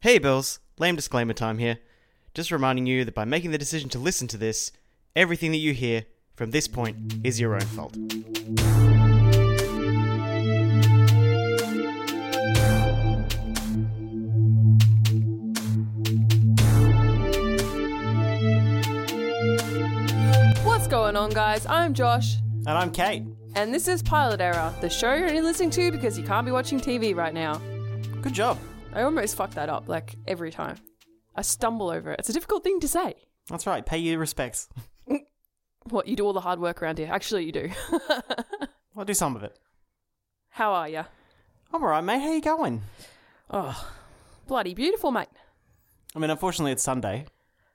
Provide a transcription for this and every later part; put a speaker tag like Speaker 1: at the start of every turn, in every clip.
Speaker 1: Hey, Bills, lame disclaimer time here. Just reminding you that by making the decision to listen to this, everything that you hear from this point is your own fault.
Speaker 2: What's going on, guys? I'm Josh,
Speaker 3: And I'm Kate.
Speaker 2: and this is Pilot Error, the show you're only listening to because you can't be watching TV right now.
Speaker 3: Good job.
Speaker 2: I almost fuck that up, like every time. I stumble over it. It's a difficult thing to say.
Speaker 3: That's right. Pay your respects.
Speaker 2: What, you do all the hard work around here? Actually, you do.
Speaker 3: I'll do some of it.
Speaker 2: How are ya?
Speaker 3: I'm all right, mate. How you going?
Speaker 2: Oh, bloody beautiful, mate.
Speaker 3: I mean, unfortunately, it's Sunday.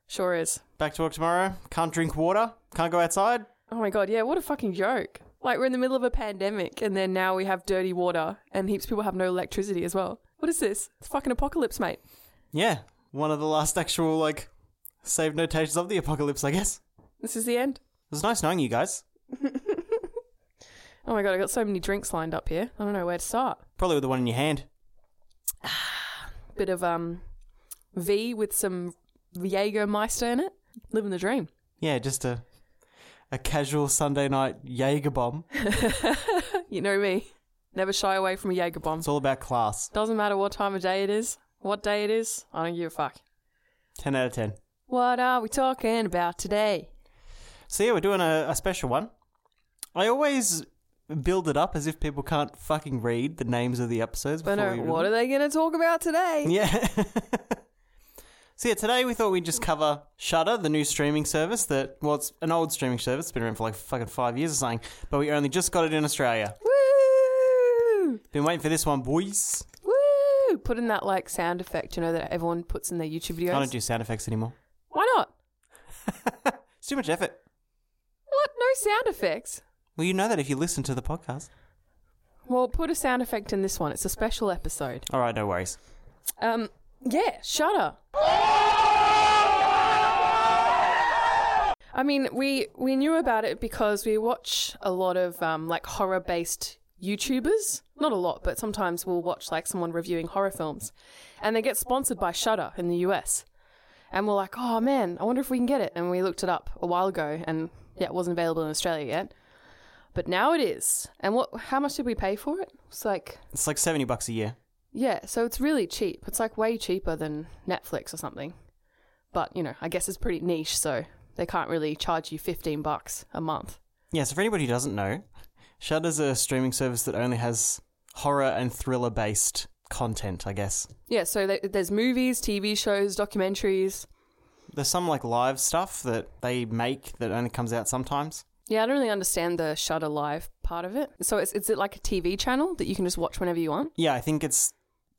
Speaker 2: Sure is.
Speaker 3: Back to work tomorrow. Can't drink water. Can't go outside.
Speaker 2: Oh my god, yeah, what a fucking joke. Like, we're in the middle of a pandemic, and then now we have dirty water, and heaps of people have no electricity as well. What is this? It's fucking apocalypse, mate.
Speaker 3: Yeah. One of the last actual, like, saved notations of the apocalypse, I guess.
Speaker 2: This is the end.
Speaker 3: It was nice knowing you guys.
Speaker 2: Oh my god, I got so many drinks lined up here. I don't know where to start.
Speaker 3: Probably with the one in your hand.
Speaker 2: bit of um V with some Jägermeister in it. Living the dream.
Speaker 3: Yeah, just a a casual Sunday night Jaeger bomb.
Speaker 2: You know me. Never shy away from a Jaeger bomb.
Speaker 3: It's all about class.
Speaker 2: Doesn't matter what time of day it is, what day it is, I don't give a fuck.
Speaker 3: 10 out of 10.
Speaker 2: What are we talking about today?
Speaker 3: So, yeah, we're doing a, a special one. I always build it up as if people can't fucking read the names of the episodes
Speaker 2: But
Speaker 3: before
Speaker 2: no,
Speaker 3: we
Speaker 2: what are they going to talk about today?
Speaker 3: Yeah. so yeah, today we thought we'd just cover Shudder, the new streaming service that well, it's an old streaming service, it's been around for like fucking five years or something, but we only just got it in Australia.
Speaker 2: Woo!
Speaker 3: Been waiting for this one, boys.
Speaker 2: Woo! Put in that like sound effect, you know, that everyone puts in their YouTube videos.
Speaker 3: I don't do sound effects anymore.
Speaker 2: Why not?
Speaker 3: It's too much effort.
Speaker 2: What? No sound effects?
Speaker 3: Well, you know that if you listen to the podcast.
Speaker 2: Well, put a sound effect in this one. It's a special episode.
Speaker 3: All right, no worries.
Speaker 2: Um, yeah, Shudder. I mean, we we knew about it because we watch a lot of um, like horror based YouTubers. Not a lot, but sometimes we'll watch like someone reviewing horror films, and they get sponsored by Shudder in the US. And we're like, oh man, I wonder if we can get it. And we looked it up a while ago, and yeah, it wasn't available in Australia yet. But now it is. And what? How much did we pay for it? It's like
Speaker 3: It's like seventy bucks a year.
Speaker 2: yeah, so it's really cheap. It's like way cheaper than Netflix or something. But, you know, I guess it's pretty niche, so they can't really charge you 15 bucks a month.
Speaker 3: Yeah, so for anybody who doesn't know, Shudder's a streaming service that only has horror and thriller based content, I guess.
Speaker 2: Yeah, so th there's movies, TV shows, documentaries.
Speaker 3: There's some like live stuff that they make that only comes out sometimes.
Speaker 2: Yeah, I don't really understand the Shutter Live part of it. So it's is it like a TV channel that you can just watch whenever you want?
Speaker 3: Yeah, I think it's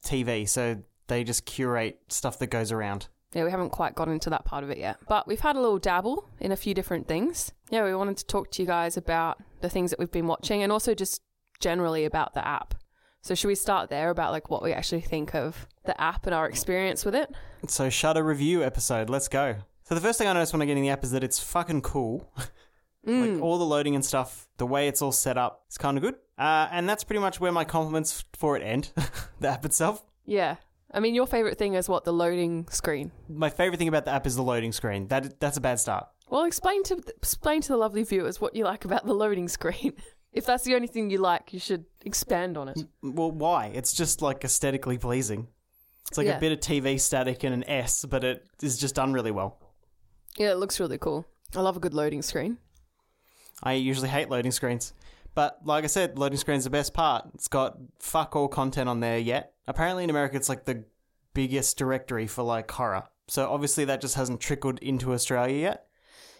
Speaker 3: TV, so they just curate stuff that goes around.
Speaker 2: Yeah, we haven't quite got into that part of it yet. But we've had a little dabble in a few different things. Yeah, we wanted to talk to you guys about the things that we've been watching and also just generally about the app. So should we start there about like what we actually think of the app and our experience with it?
Speaker 3: So, Shutter review episode, let's go. So, the first thing I noticed when I get in the app is that it's fucking cool. like, all the loading and stuff, the way it's all set up, it's kind of good. Uh, and that's pretty much where my compliments for it end the app itself.
Speaker 2: Yeah. I mean, your favorite thing is what the loading screen.
Speaker 3: My favorite thing about the app is the loading screen. That That's a bad start.
Speaker 2: Well, explain to explain to the lovely viewers what you like about the loading screen. if that's the only thing you like, you should expand on it.
Speaker 3: Well, why? It's just like aesthetically pleasing. It's like
Speaker 2: Yeah.
Speaker 3: a bit of TV static and an S, but it is just done really well.
Speaker 2: Yeah, it looks really cool. I love a good loading screen.
Speaker 3: I usually hate loading screens. But like I said, loading screen's the best part. It's got fuck all content on there yet. Apparently in America it's like the biggest directory for like horror. So obviously that just hasn't trickled into Australia yet.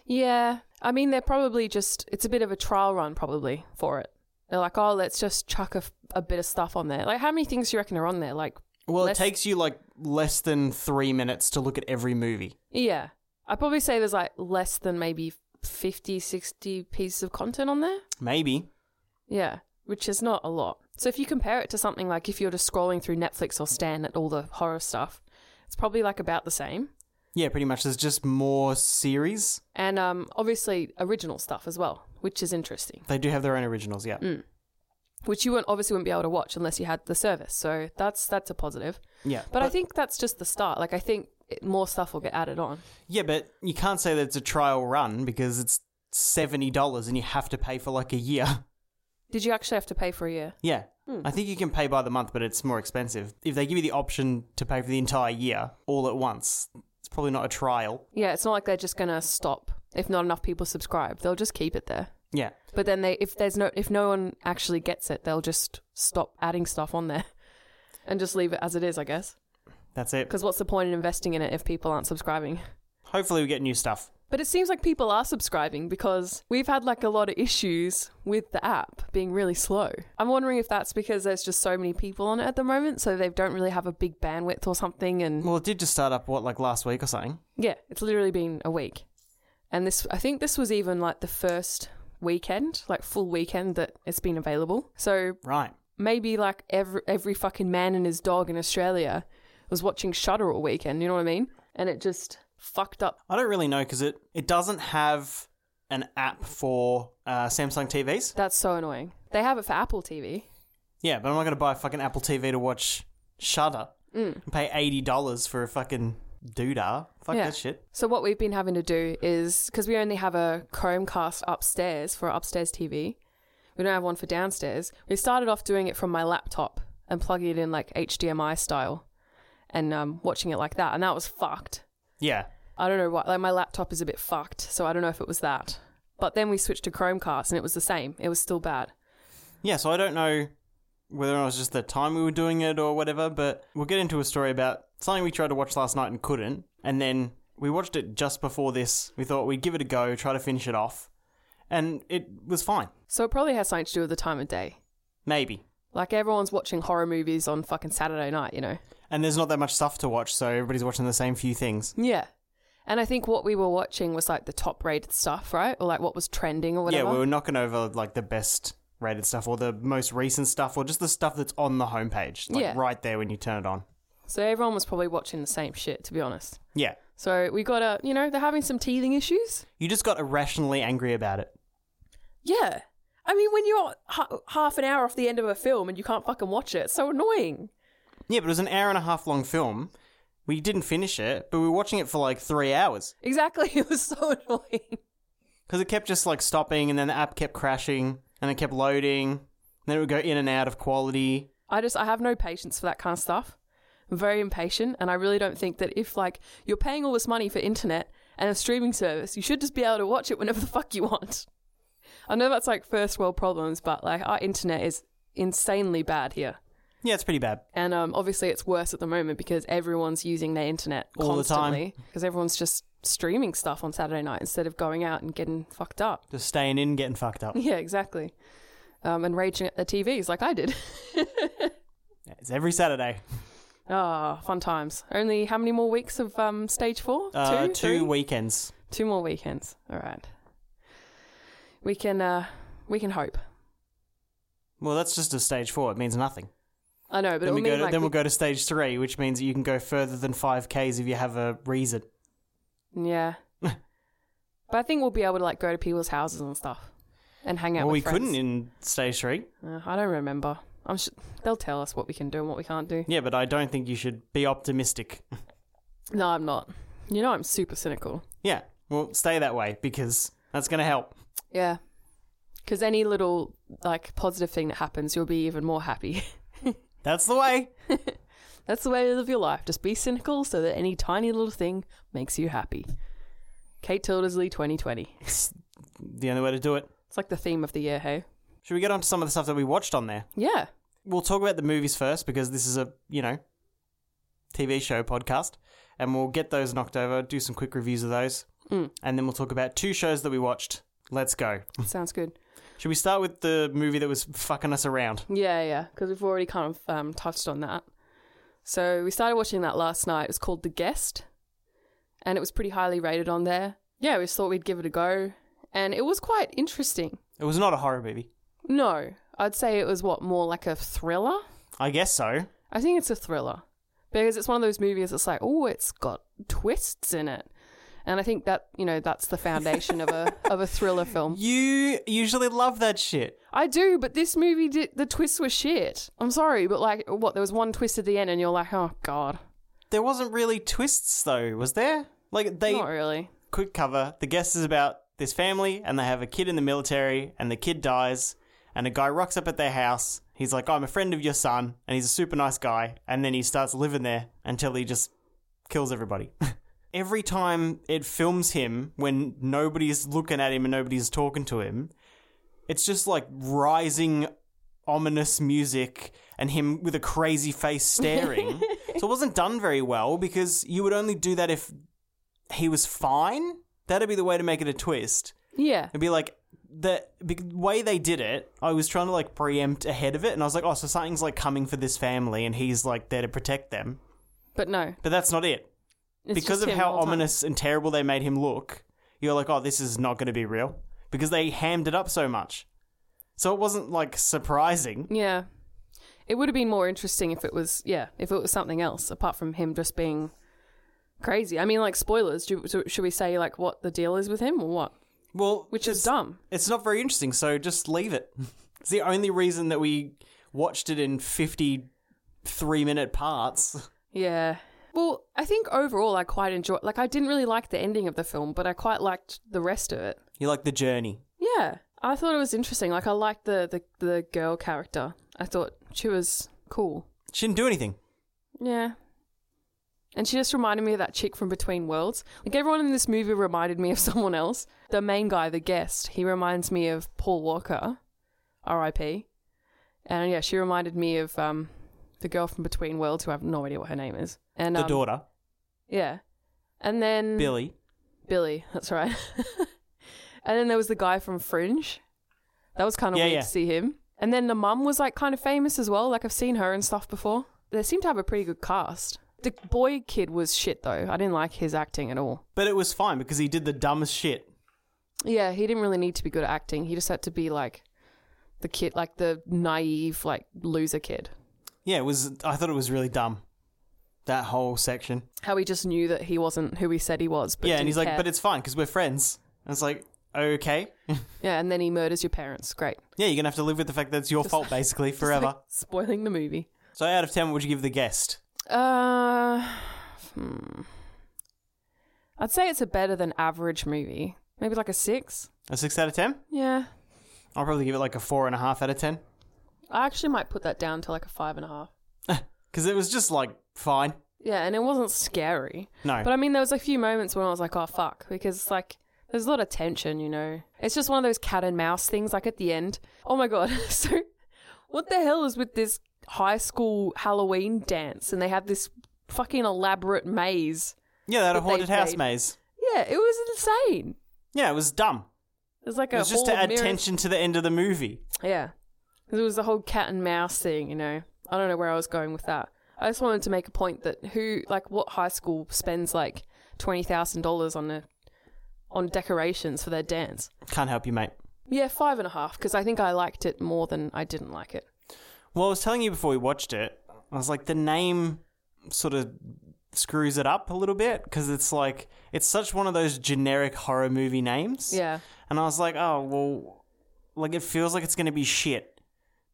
Speaker 2: Yeah. I mean, they're probably just, it's a bit of a trial run probably for it. They're like, oh, let's just chuck a, f- a bit of stuff on there. Like, how many things do you reckon are on there? Like,
Speaker 3: Well,
Speaker 2: Less-
Speaker 3: it takes you like less than 3 minutes to look at every movie.
Speaker 2: yeah. I'd probably say there's like less than maybe 50, 60 pieces of content on there.
Speaker 3: Maybe.
Speaker 2: Yeah. Which is not a lot. So if you compare it to something like if you're just scrolling through Netflix or Stan at all the horror stuff, it's probably like about the same.
Speaker 3: Yeah, pretty much there's just more series.
Speaker 2: And um, obviously, original stuff as well, which is interesting.
Speaker 3: They do have their own originals, yeah.
Speaker 2: which you wouldn't, obviously wouldn't be able to watch unless you had the service. So that's that's a positive.
Speaker 3: Yeah.
Speaker 2: But, I think that's just the start. Like I think it, more stuff will get added on.
Speaker 3: Yeah, but you can't say that it's a trial run because it's seventy dollars and you have to pay for like a year.
Speaker 2: Did you actually have to pay for a year?
Speaker 3: Yeah. I think you can pay by the month, but it's more expensive. If they give you the option to pay for the entire year all at once, it's probably not a trial.
Speaker 2: Yeah, it's not like they're just gonna stop if not enough people subscribe. They'll just keep it there.
Speaker 3: Yeah.
Speaker 2: But then they if there's no if no one actually gets it, they'll just stop adding stuff on there and just leave it as it is, I guess.
Speaker 3: That's it.
Speaker 2: Because what's the point in investing in it if people aren't subscribing?
Speaker 3: Hopefully we get new stuff.
Speaker 2: But it seems like people are subscribing because we've had like a lot of issues with the app being really slow. I'm wondering if that's because there's just so many people on it at the moment, so they don't really have a big bandwidth or something. And
Speaker 3: Well, it did just start up what like last week or something.
Speaker 2: yeah, it's literally been a week. And this, I think this was even like the first weekend, like full weekend that it's been available. So
Speaker 3: Right.
Speaker 2: maybe like every every fucking man and his dog in Australia was watching Shudder all weekend. You know what I mean? And it just fucked up.
Speaker 3: I don't really know because it it doesn't have an app for uh, Samsung TVs.
Speaker 2: That's so annoying. They have it for Apple TV.
Speaker 3: Yeah, but I'm not going to buy a fucking Apple TV to watch Shudder and pay eighty dollars for a fucking doodah. Fuck
Speaker 2: Yeah.
Speaker 3: that shit.
Speaker 2: So what we've been having to do is because we only have a Chromecast upstairs for our upstairs TV. We don't have one for downstairs. We started off doing it from my laptop and plugging it in like HDMI style and um, watching it like that, and that was fucked.
Speaker 3: Yeah,
Speaker 2: I don't know why. Like my laptop is a bit fucked, so I don't know if it was that. But then we switched to Chromecast, and it was the same. It was still bad.
Speaker 3: yeah. So I don't know whether or not it was just the time we were doing it or whatever. But we'll get into a story about something we tried to watch last night and couldn't, and then we watched it just before this. We thought we'd give it a go, try to finish it off, and it was fine.
Speaker 2: So it probably has something to do with the time of day.
Speaker 3: Maybe.
Speaker 2: Like everyone's watching horror movies on fucking Saturday night, you know.
Speaker 3: And there's not that much stuff to watch, so everybody's watching the same few things.
Speaker 2: Yeah. And I think what we were watching was like the top rated stuff, right? Or like what was trending or whatever.
Speaker 3: Yeah, we were knocking over like the best rated stuff or the most recent stuff or just the stuff that's on the homepage, like
Speaker 2: Yeah.
Speaker 3: right there when you turn it on.
Speaker 2: so everyone was probably watching the same shit, to be honest.
Speaker 3: Yeah.
Speaker 2: So we got a, you know, they're having some teething issues.
Speaker 3: You just got irrationally angry about it.
Speaker 2: Yeah. I mean, when you're ha- half an hour off the end of a film and you can't fucking watch it, it's so annoying.
Speaker 3: Yeah, but it was an hour and a half long film. We didn't finish it, but we were watching it for like three hours
Speaker 2: Exactly. It was so annoying.
Speaker 3: because it kept just like stopping and then the app kept crashing and it kept loading. And then it would go in and out of quality.
Speaker 2: I just I have no patience for that kind of stuff. I'm very impatient, and I really don't think that if like you're paying all this money for internet and a streaming service, you should just be able to watch it whenever the fuck you want. I know that's like first world problems, but like our internet is insanely bad here,
Speaker 3: Yeah, it's pretty bad.
Speaker 2: and um, obviously it's worse at the moment because everyone's using their internet
Speaker 3: All the time.
Speaker 2: constantly because everyone's just streaming stuff on Saturday night instead of going out and getting fucked up.
Speaker 3: Just staying in, getting fucked up.
Speaker 2: Yeah, exactly. Um, and raging at the TVs like I did.
Speaker 3: It's every Saturday.
Speaker 2: Ah, fun times. Only how many more weeks of um, stage four?
Speaker 3: Uh, two
Speaker 2: two, three?
Speaker 3: weekends.
Speaker 2: two more weekends. All right. We can uh, we can hope.
Speaker 3: Well, that's just a stage four. It means nothing.
Speaker 2: I know, but
Speaker 3: then
Speaker 2: it'll
Speaker 3: we
Speaker 2: mean
Speaker 3: go to,
Speaker 2: like
Speaker 3: then
Speaker 2: we-
Speaker 3: we'll go to stage three, which means you can go further than five k's if you have a reason.
Speaker 2: yeah. but I think we'll be able to like go to people's houses and stuff and hang out.
Speaker 3: well,
Speaker 2: with
Speaker 3: we
Speaker 2: friends.
Speaker 3: couldn't in stage three.
Speaker 2: Uh, I don't remember. I'm sh- they'll tell us what we can do and what we can't do.
Speaker 3: Yeah, but I don't think you should be optimistic.
Speaker 2: No, I'm not. You know, I'm super cynical.
Speaker 3: yeah, well, stay that way because that's going to help.
Speaker 2: Yeah. Because any little like positive thing that happens, you'll be even more happy.
Speaker 3: That's the way.
Speaker 2: That's the way to live your life. Just be cynical so that any tiny little thing makes you happy. Kate Tildersley 2020.
Speaker 3: It's the only way to do it.
Speaker 2: It's like the theme of the year, hey?
Speaker 3: Should we get on to some of the stuff that we watched on there?
Speaker 2: Yeah.
Speaker 3: We'll talk about the movies first because this is a, you know, TV show podcast. And we'll get those knocked over, do some quick reviews of those.
Speaker 2: Mm.
Speaker 3: And then we'll talk about two shows that we watched. Let's go.
Speaker 2: Sounds good.
Speaker 3: Should we start with the movie that was fucking us around?
Speaker 2: Yeah, yeah. Because we've already kind of um, touched on that. So we started watching that last night. It was called The Guest. And it was pretty highly rated on there. Yeah, we just thought we'd give it a go. And it was quite interesting.
Speaker 3: It was not a horror movie.
Speaker 2: No, I'd say it was what, more like a thriller?
Speaker 3: I guess so.
Speaker 2: I think it's a thriller because it's one of those movies that's like, oh, it's got twists in it. And I think that you know that's the foundation of a of a thriller film.
Speaker 3: You usually love that shit.
Speaker 2: I do, but this movie did the twists were shit. I'm sorry, but like what there was one twist at the end, and you're like, oh god,
Speaker 3: There wasn't really twists though, was there? Like they
Speaker 2: not really.
Speaker 3: quick cover. The guest is about this family and they have a kid in the military and the kid dies and a guy rocks up at their house. He's like, I'm a friend of your son and he's a super nice guy. And then he starts living there until he just kills everybody. Every time it films him when nobody's looking at him and nobody's talking to him, it's just like rising ominous music and him with a crazy face staring. so it wasn't done very well because you would only do that if he was fine, that'd be the way to make it a twist.
Speaker 2: Yeah,
Speaker 3: It'd be like the be- way they did it. I was trying to like preempt ahead of it, and I was like, oh, so something's like coming for this family, and he's like there to protect them.
Speaker 2: but no,
Speaker 3: But that's not it
Speaker 2: it's
Speaker 3: because
Speaker 2: just
Speaker 3: of
Speaker 2: him
Speaker 3: how
Speaker 2: the whole time.
Speaker 3: ominous and terrible they made him look. You're like, oh, this is not going to be real because they hammed it up so much. So it wasn't like surprising.
Speaker 2: Yeah, it would have been more interesting if it was yeah if it was something else apart from him just being crazy. I mean, like spoilers. Do, so should we say like what the deal is with him or what?
Speaker 3: Well,
Speaker 2: Which is dumb.
Speaker 3: It's not very interesting, so just leave it. It's the only reason that we watched it in 53 minute parts.
Speaker 2: Yeah. Well, I think overall I quite enjoyed. Like, I didn't really like the ending of the film, but I quite liked the rest of it.
Speaker 3: You like the journey.
Speaker 2: Yeah, I thought it was interesting. Like, I liked the the, the girl character. I thought she was cool.
Speaker 3: She didn't do anything.
Speaker 2: Yeah. And she just reminded me of that chick from Between Worlds. Like everyone in this movie reminded me of someone else. The main guy, the guest, he reminds me of Paul Walker, R.I.P. And yeah, she reminded me of um, the girl from Between Worlds, who I have no idea what her name is. And
Speaker 3: The
Speaker 2: um,
Speaker 3: daughter,
Speaker 2: Yeah. And then
Speaker 3: Billy.
Speaker 2: Billy, that's right. and then there was the guy from Fringe. That was kind of
Speaker 3: Yeah,
Speaker 2: weird
Speaker 3: yeah.
Speaker 2: to see him. And then the mum was like kind of famous as well. Like I've seen her and stuff before. They seem to have a pretty good cast. The boy kid was shit though. I didn't like his acting at all.
Speaker 3: But it was fine because he did the dumbest shit.
Speaker 2: Yeah, he didn't really need to be good at acting. He just had to be like the kid, like the naive, like loser kid.
Speaker 3: Yeah, it was. I thought it was really dumb. That whole section.
Speaker 2: How he just knew that he wasn't who he said he was. But
Speaker 3: yeah,
Speaker 2: didn't
Speaker 3: and he's like,
Speaker 2: care.
Speaker 3: but it's fine because we're friends. And it's like, okay.
Speaker 2: yeah, and then he murders your parents. Great.
Speaker 3: yeah, you're going to have to live with the fact that it's your fault basically
Speaker 2: Just, like,
Speaker 3: forever.
Speaker 2: spoiling the movie.
Speaker 3: So out of 10, what would you give the guest?
Speaker 2: Uh, hmm. I'd say it's a better than average movie. Maybe like a six.
Speaker 3: A 6 out of 10?
Speaker 2: Yeah,
Speaker 3: I'll probably give it like a 4.5 out of 10.
Speaker 2: I actually might put that down to like a five and a half.
Speaker 3: Because it was just like, fine.
Speaker 2: Yeah, and it wasn't scary,
Speaker 3: No.
Speaker 2: but I mean, there was a few moments when I was like, "Oh fuck," because like there's a lot of tension, you know. It's just one of those cat and mouse things. Like at the end, oh my god! so, what the hell is with this high school Halloween dance? And they have this fucking elaborate maze.
Speaker 3: yeah, that
Speaker 2: that
Speaker 3: haunted
Speaker 2: they
Speaker 3: house
Speaker 2: played.
Speaker 3: maze.
Speaker 2: Yeah, it was insane.
Speaker 3: Yeah, it was dumb.
Speaker 2: It's like
Speaker 3: It
Speaker 2: a
Speaker 3: was just
Speaker 2: hall
Speaker 3: to
Speaker 2: of
Speaker 3: add
Speaker 2: mirrors.
Speaker 3: tension to the end of the movie.
Speaker 2: Yeah. 'Cause It was the whole cat and mouse thing, you know. I don't know where I was going with that. I just wanted to make a point that who, like, what high school spends like twenty thousand dollars on a, on decorations for their dance?
Speaker 3: Can't help you, mate.
Speaker 2: Yeah, five and a half because I think I liked it more than I didn't like it.
Speaker 3: Well, I was telling you before we watched it, I was like, the name sort of screws it up a little bit because it's like, it's such one of those generic horror movie names.
Speaker 2: Yeah,
Speaker 3: And I was like, oh, well, like it feels like it's going to be shit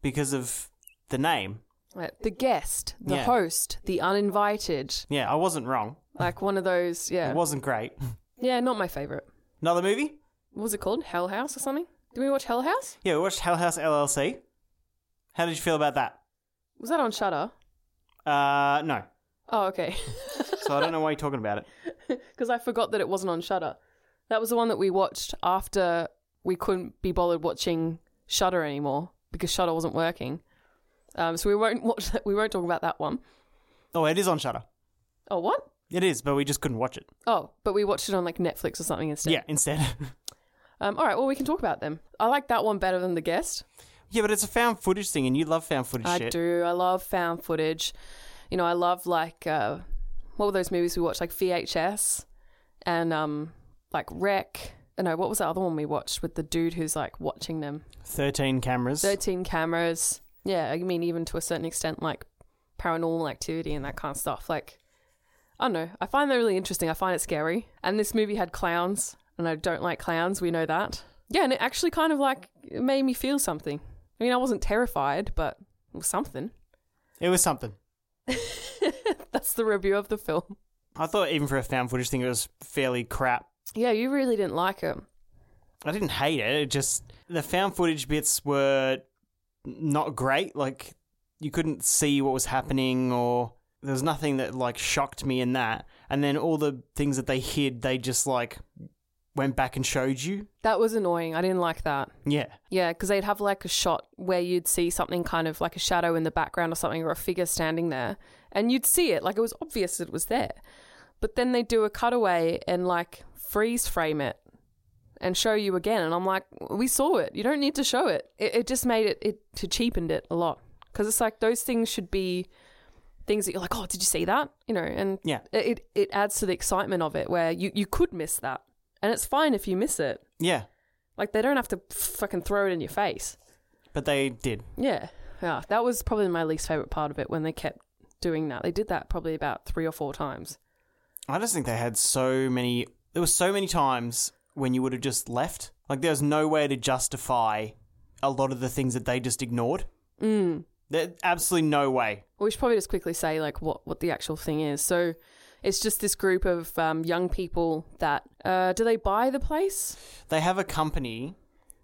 Speaker 3: because of the name.
Speaker 2: Like, the guest, the
Speaker 3: Yeah.
Speaker 2: host, the uninvited,
Speaker 3: Yeah, I wasn't wrong.
Speaker 2: like one of those. Yeah,
Speaker 3: It wasn't great.
Speaker 2: yeah, not my favorite.
Speaker 3: Another movie?
Speaker 2: What was it called? Hell House or something? Did we watch Hell House?
Speaker 3: Yeah, we watched Hell House LLC. How did you feel about that?
Speaker 2: Was that on Shutter?
Speaker 3: Uh, no.
Speaker 2: Oh, okay.
Speaker 3: So I don't know why you're talking about it.
Speaker 2: because I forgot that it wasn't on Shutter. That was the one that we watched after we couldn't be bothered watching Shutter anymore because Shutter wasn't working. Um, so we won't watch that. We won't talk about that one.
Speaker 3: Oh, it is on Shutter.
Speaker 2: Oh, what?
Speaker 3: It is, but we just couldn't watch it.
Speaker 2: Oh, but we watched it on like Netflix or something instead.
Speaker 3: Yeah, instead.
Speaker 2: Um, all right. Well, we can talk about them. I like that one better than the guest.
Speaker 3: yeah, but it's a found footage thing, and you love found footage
Speaker 2: I
Speaker 3: shit.
Speaker 2: do. I love found footage. You know, I love like uh, what were those movies we watched? Like VHS and um, like Wreck. Uh, No, what was the other one we watched with the dude who's like watching them?
Speaker 3: 13 cameras.
Speaker 2: 13 cameras. Yeah, I mean, even to a certain extent, like paranormal activity and that kind of stuff. Like, I don't know. I find that really interesting. I find it scary. And this movie had clowns, and I don't like clowns. We know that. Yeah, and it actually kind of like it made me feel something. I mean, I wasn't terrified, but it was something.
Speaker 3: It was something.
Speaker 2: That's the review of the film.
Speaker 3: I thought even for a found footage thing, it was fairly crap.
Speaker 2: Yeah, you really didn't like it.
Speaker 3: I didn't hate it. It just the found footage bits were not great. Like you couldn't see what was happening, or there was nothing that like shocked me in that. And then all the things that they hid, they just like went back and showed you.
Speaker 2: That was annoying. I didn't like that.
Speaker 3: Yeah,
Speaker 2: Yeah, because they'd have like a shot where you'd see something kind of like a shadow in the background or something or a figure standing there, and you'd see it. Like it was obvious it was there. But then they do a cutaway and like freeze frame it and show you again. And I'm like, we saw it. You don't need to show it. It, it just made it, it, to cheapened it a lot. Because it's like those things should be things that you're like, oh, did you see that? You know, and
Speaker 3: Yeah.
Speaker 2: it, it, it adds to the excitement of it where you, you could miss that. And it's fine if you miss it.
Speaker 3: yeah.
Speaker 2: Like they don't have to fucking throw it in your face.
Speaker 3: But they did.
Speaker 2: Yeah. Yeah. That was probably my least favorite part of it when they kept doing that. They did that probably about three or four times.
Speaker 3: I just think they had so many. There were so many times when you would have just left. Like there's no way to justify a lot of the things that they just ignored.
Speaker 2: Mm.
Speaker 3: There, absolutely no way.
Speaker 2: We should probably just quickly say like what, what the actual thing is. So it's just this group of um, young people that uh, do they buy the place?
Speaker 3: They have a company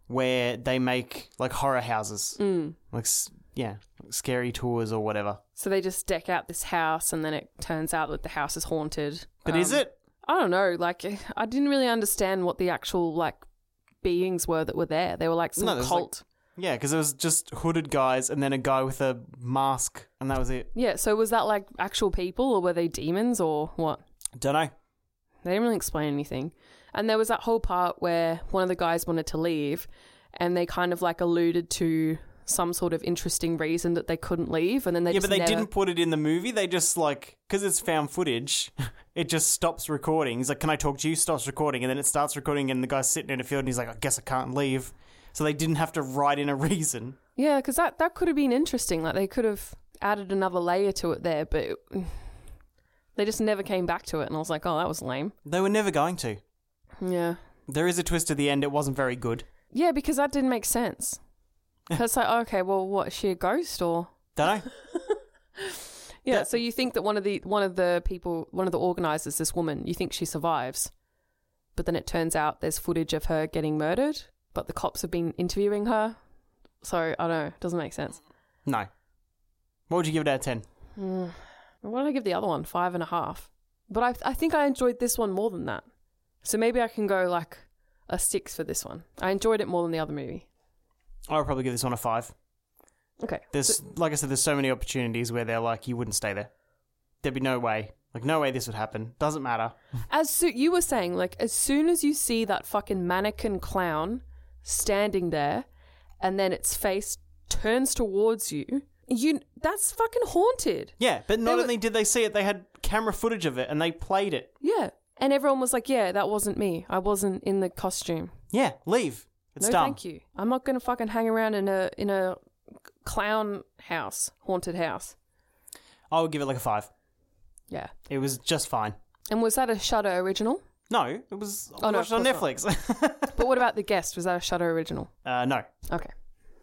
Speaker 3: where they make like horror houses, mm. like s- yeah, like scary tours or whatever.
Speaker 2: So they just deck out this house and then it turns out that the house is haunted. Um,
Speaker 3: But is it?
Speaker 2: I don't know. Like I didn't really understand what the actual like beings were that were there. They were like some
Speaker 3: No, there's, like-
Speaker 2: cult.
Speaker 3: Yeah, because it was just hooded guys and then a guy with a mask, and that was it.
Speaker 2: Yeah, so was that like actual people or were they demons or what?
Speaker 3: Don't know.
Speaker 2: They didn't really explain anything. And there was that whole part where one of the guys wanted to leave and they kind of like alluded to some sort of interesting reason that they couldn't leave and then they
Speaker 3: yeah,
Speaker 2: just
Speaker 3: but they
Speaker 2: never-
Speaker 3: didn't put it in the movie. They just like because it's found footage, it just stops recording. He's like, "Can I talk to you?" Stops recording, and then it starts recording, and the guy's sitting in a field, and he's like, "I guess I can't leave." So they didn't have to write in a reason.
Speaker 2: Yeah, because that, that could have been interesting. Like they could have added another layer to it there, but it- they just never came back to it and I was like, oh, that was lame.
Speaker 3: They were never going to.
Speaker 2: Yeah.
Speaker 3: There is a twist at the end. It wasn't very good.
Speaker 2: Yeah, because that didn't make sense. That's like, "Oh, okay, well, what, is she a ghost or
Speaker 3: Don't know.
Speaker 2: Yeah,
Speaker 3: That-
Speaker 2: so you think that one of the one of the people, one of the organizers, this woman, you think she survives, but then it turns out there's footage of her getting murdered, but the cops have been interviewing her. So I don't know, it doesn't make sense.
Speaker 3: no. What would you give it out of ten?
Speaker 2: What did I give the other one? Five and a half. But I I think I enjoyed this one more than that. So maybe I can go like a six for this one. I enjoyed it more than the other movie.
Speaker 3: I would probably give this one a five.
Speaker 2: Okay.
Speaker 3: There's like I said, there's so many opportunities where they're like, you wouldn't stay there. There'd be no way. Like no way this would happen. Doesn't matter.
Speaker 2: As so- you were saying, like as soon as you see that fucking mannequin clown standing there, and then its face turns towards you, you that's fucking haunted.
Speaker 3: Yeah, but not
Speaker 2: were-
Speaker 3: only did they see it, they had camera footage of it and they played it.
Speaker 2: Yeah, and everyone was like, "Yeah, that wasn't me. I wasn't in the costume.
Speaker 3: Yeah, leave. It's
Speaker 2: no,
Speaker 3: dumb.
Speaker 2: thank you. I'm not gonna fucking hang around in a in a clown house, haunted house.
Speaker 3: I would give it like a five.
Speaker 2: Yeah.
Speaker 3: It was just fine.
Speaker 2: And was that a Shutter original?
Speaker 3: No, it was
Speaker 2: Oh,
Speaker 3: I
Speaker 2: no,
Speaker 3: watched
Speaker 2: of
Speaker 3: it on Netflix.
Speaker 2: But what about the guest? Was that a Shutter original?
Speaker 3: uh, no.
Speaker 2: Okay.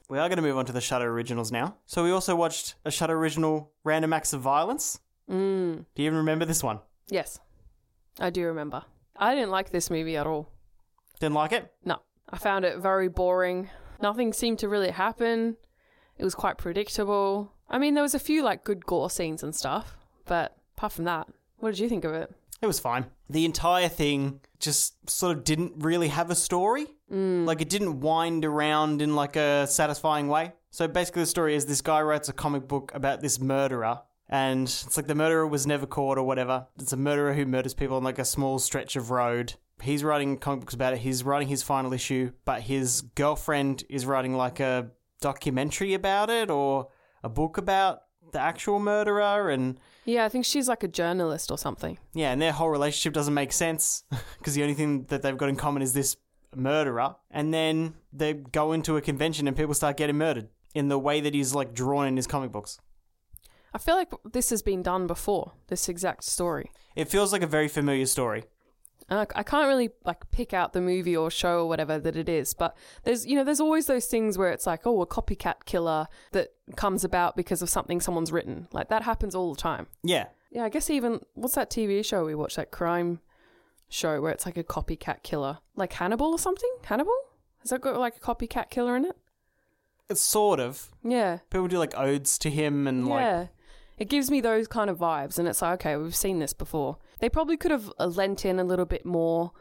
Speaker 3: We are going to move on to the Shutter Originals now. So we also watched a Shutter Original, Random Acts of Violence.
Speaker 2: Mm.
Speaker 3: Do you even remember this one?
Speaker 2: Yes, I do remember. I didn't like this movie at all.
Speaker 3: Didn't like it?
Speaker 2: No, I found it very boring. Nothing seemed to really happen. It was quite predictable. I mean, there was a few like good gore scenes and stuff, but apart from that, what did you think of it?
Speaker 3: It was fine. The entire thing just sort of didn't really have a story. Like it didn't wind around in like a satisfying way. So basically the story is this guy writes a comic book about this murderer and it's like the murderer was never caught or whatever. It's a murderer who murders people on like a small stretch of road. He's writing comic books about it. He's writing his final issue, but his girlfriend is writing like a documentary about it or a book about the actual murderer and
Speaker 2: Yeah, I think she's like a journalist or something.
Speaker 3: yeah, and their whole relationship doesn't make sense because the only thing that they've got in common is this murderer. And then they go into a convention and people start getting murdered in the way that he's like drawn in his comic books.
Speaker 2: I feel like this has been done before, this exact story.
Speaker 3: It feels like a very familiar story.
Speaker 2: And I, I can't really like pick out the movie or show or whatever that it is, but there's you know there's always those things where it's like oh a copycat killer that comes about because of something someone's written like that happens all the time.
Speaker 3: Yeah.
Speaker 2: Yeah, I guess even what's that TV show we watch that crime show where it's like a copycat killer like Hannibal or something? Hannibal has that got like a copycat killer in it?
Speaker 3: It's sort of.
Speaker 2: Yeah,
Speaker 3: People do like odes to him and like
Speaker 2: yeah. It gives me those kind of vibes, and it's like, okay, we've seen this before. They probably could have uh, lent in a little bit more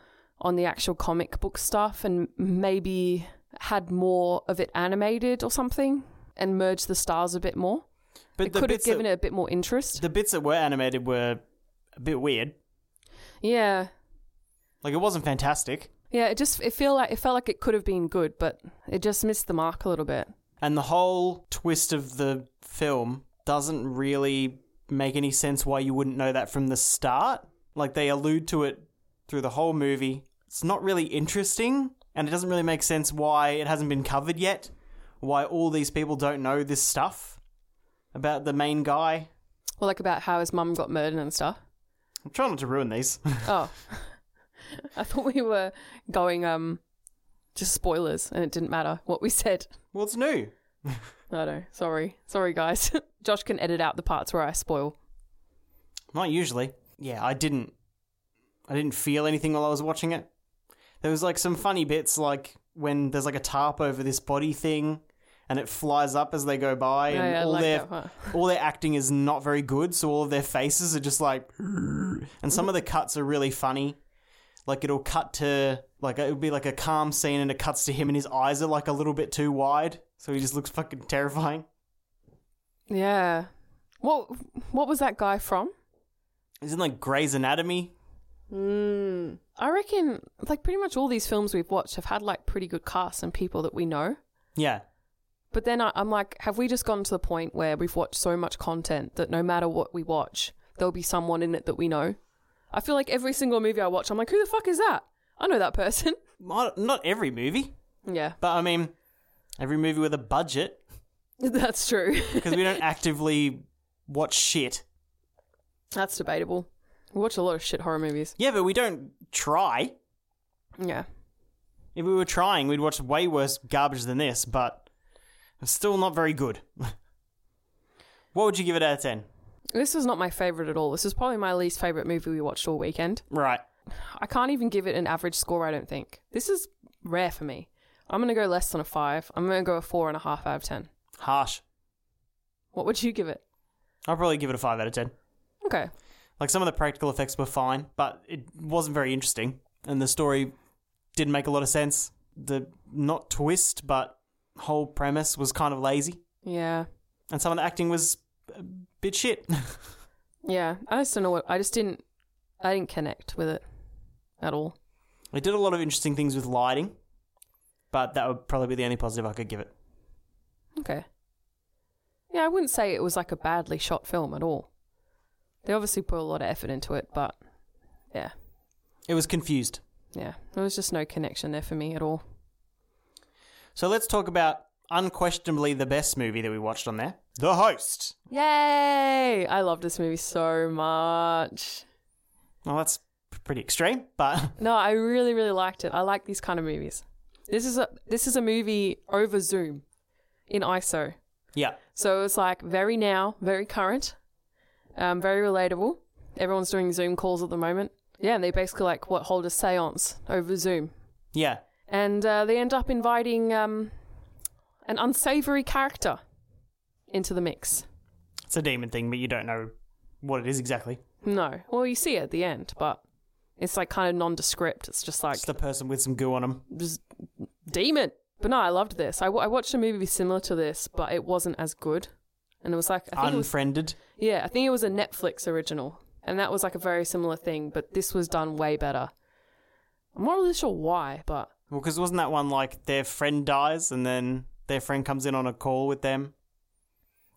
Speaker 2: on the actual comic book stuff and maybe had more of it animated or something and merged the stars a bit more.
Speaker 3: but
Speaker 2: It
Speaker 3: the
Speaker 2: could have
Speaker 3: bits
Speaker 2: given
Speaker 3: that,
Speaker 2: it a bit more interest.
Speaker 3: the bits that were animated were a bit weird.
Speaker 2: Yeah.
Speaker 3: Like it wasn't fantastic.
Speaker 2: Yeah, it just it feel like it felt like it could have been good, but it just missed the mark a little bit.
Speaker 3: And the whole twist of the film doesn't really make any sense why you wouldn't know that from the start. Like they allude to it through the whole movie. It's not really interesting, and it doesn't really make sense why it hasn't been covered yet, why all these people don't know this stuff about the main guy.
Speaker 2: Well, like about how his mum got murdered and stuff.
Speaker 3: I'm trying not to ruin these.
Speaker 2: Oh, I thought we were going um, just spoilers, and it didn't matter what we said.
Speaker 3: well, it's new.
Speaker 2: No, no, sorry, sorry, guys. Josh can edit out the parts where I spoil.
Speaker 3: Not usually. Yeah, I didn't. I didn't feel anything while I was watching it. There was like some funny bits, like when there's like a tarp over this body thing, and it flies up as they go by, and
Speaker 2: Oh, Yeah, yeah, I
Speaker 3: all
Speaker 2: like
Speaker 3: their
Speaker 2: that part.
Speaker 3: all their acting is not very good. So all of their faces are just like, and some of the cuts are really funny. Like it'll cut to like it would be like a calm scene, and it cuts to him, and his eyes are like a little bit too wide, so he just looks fucking terrifying.
Speaker 2: Yeah. What What was that guy from?
Speaker 3: He's in like Grey's Anatomy.
Speaker 2: Mm. I reckon, like pretty much all these films we've watched have had like pretty good casts and people that we know.
Speaker 3: Yeah,
Speaker 2: But then I, I'm like, have we just gotten to the point where we've watched so much content that no matter what we watch, there'll be someone in it that we know? I feel like every single movie I watch, I'm like, who the fuck is that? I know that person.
Speaker 3: not not every movie.
Speaker 2: yeah,
Speaker 3: But I mean, every movie with a budget,
Speaker 2: that's true.
Speaker 3: because we don't actively watch shit.
Speaker 2: that's debatable. We watch a lot of shit horror movies.
Speaker 3: Yeah, but we don't try.
Speaker 2: Yeah.
Speaker 3: If we were trying, we'd watch way worse garbage than this, but it's still not very good. what would you give it out of 10?
Speaker 2: This was not my favorite at all. This is probably my least favorite movie we watched all weekend.
Speaker 3: Right.
Speaker 2: I can't even give it an average score, I don't think. This is rare for me. I'm going to go less than a five. I'm going to go a four and a half out of 10.
Speaker 3: Harsh.
Speaker 2: What would you give it?
Speaker 3: I'll probably give it a 5 out of 10.
Speaker 2: Okay.
Speaker 3: Like, some of the practical effects were fine, but it wasn't very interesting. And the story didn't make a lot of sense. The not twist, but whole premise was kind of lazy.
Speaker 2: Yeah.
Speaker 3: And some of the acting was a bit shit.
Speaker 2: Yeah, I just don't know what I just didn't I didn't connect with it at all.
Speaker 3: It did a lot of interesting things with lighting, but that would probably be the only positive I could give it.
Speaker 2: Okay. Yeah, I wouldn't say it was like a badly shot film at all. They obviously put a lot of effort into it, but yeah,
Speaker 3: It was confused.
Speaker 2: yeah, there was just no connection there for me at all.
Speaker 3: So let's talk about unquestionably the best movie that we watched on there The Host.
Speaker 2: Yay! I love this movie so much.
Speaker 3: Well, that's p- pretty extreme, but
Speaker 2: No, I really, really liked it. I like these kind of movies. This is a this is a movie over Zoom, in ISO.
Speaker 3: yeah.
Speaker 2: So it's like very now, very current, um, very relatable. Everyone's doing Zoom calls at the moment. Yeah, and they basically like what hold a séance over Zoom,
Speaker 3: Yeah.
Speaker 2: and uh, they end up inviting um, an unsavory character into the mix.
Speaker 3: It's a demon thing, but you don't know what it is exactly.
Speaker 2: No, well you see it at the end, but it's like kind of nondescript. It's just like
Speaker 3: It's the person with some goo on them.
Speaker 2: just demon. But no, I loved this. I, w- I watched a movie similar to this, but it wasn't as good. And it was like I think it was
Speaker 3: Unfriended.
Speaker 2: Yeah, I think it was a Netflix original, and that was like a very similar thing, but this was done way better. I'm not really sure why, but
Speaker 3: Well, because wasn't that one like their friend dies and then their friend comes in on a call with them?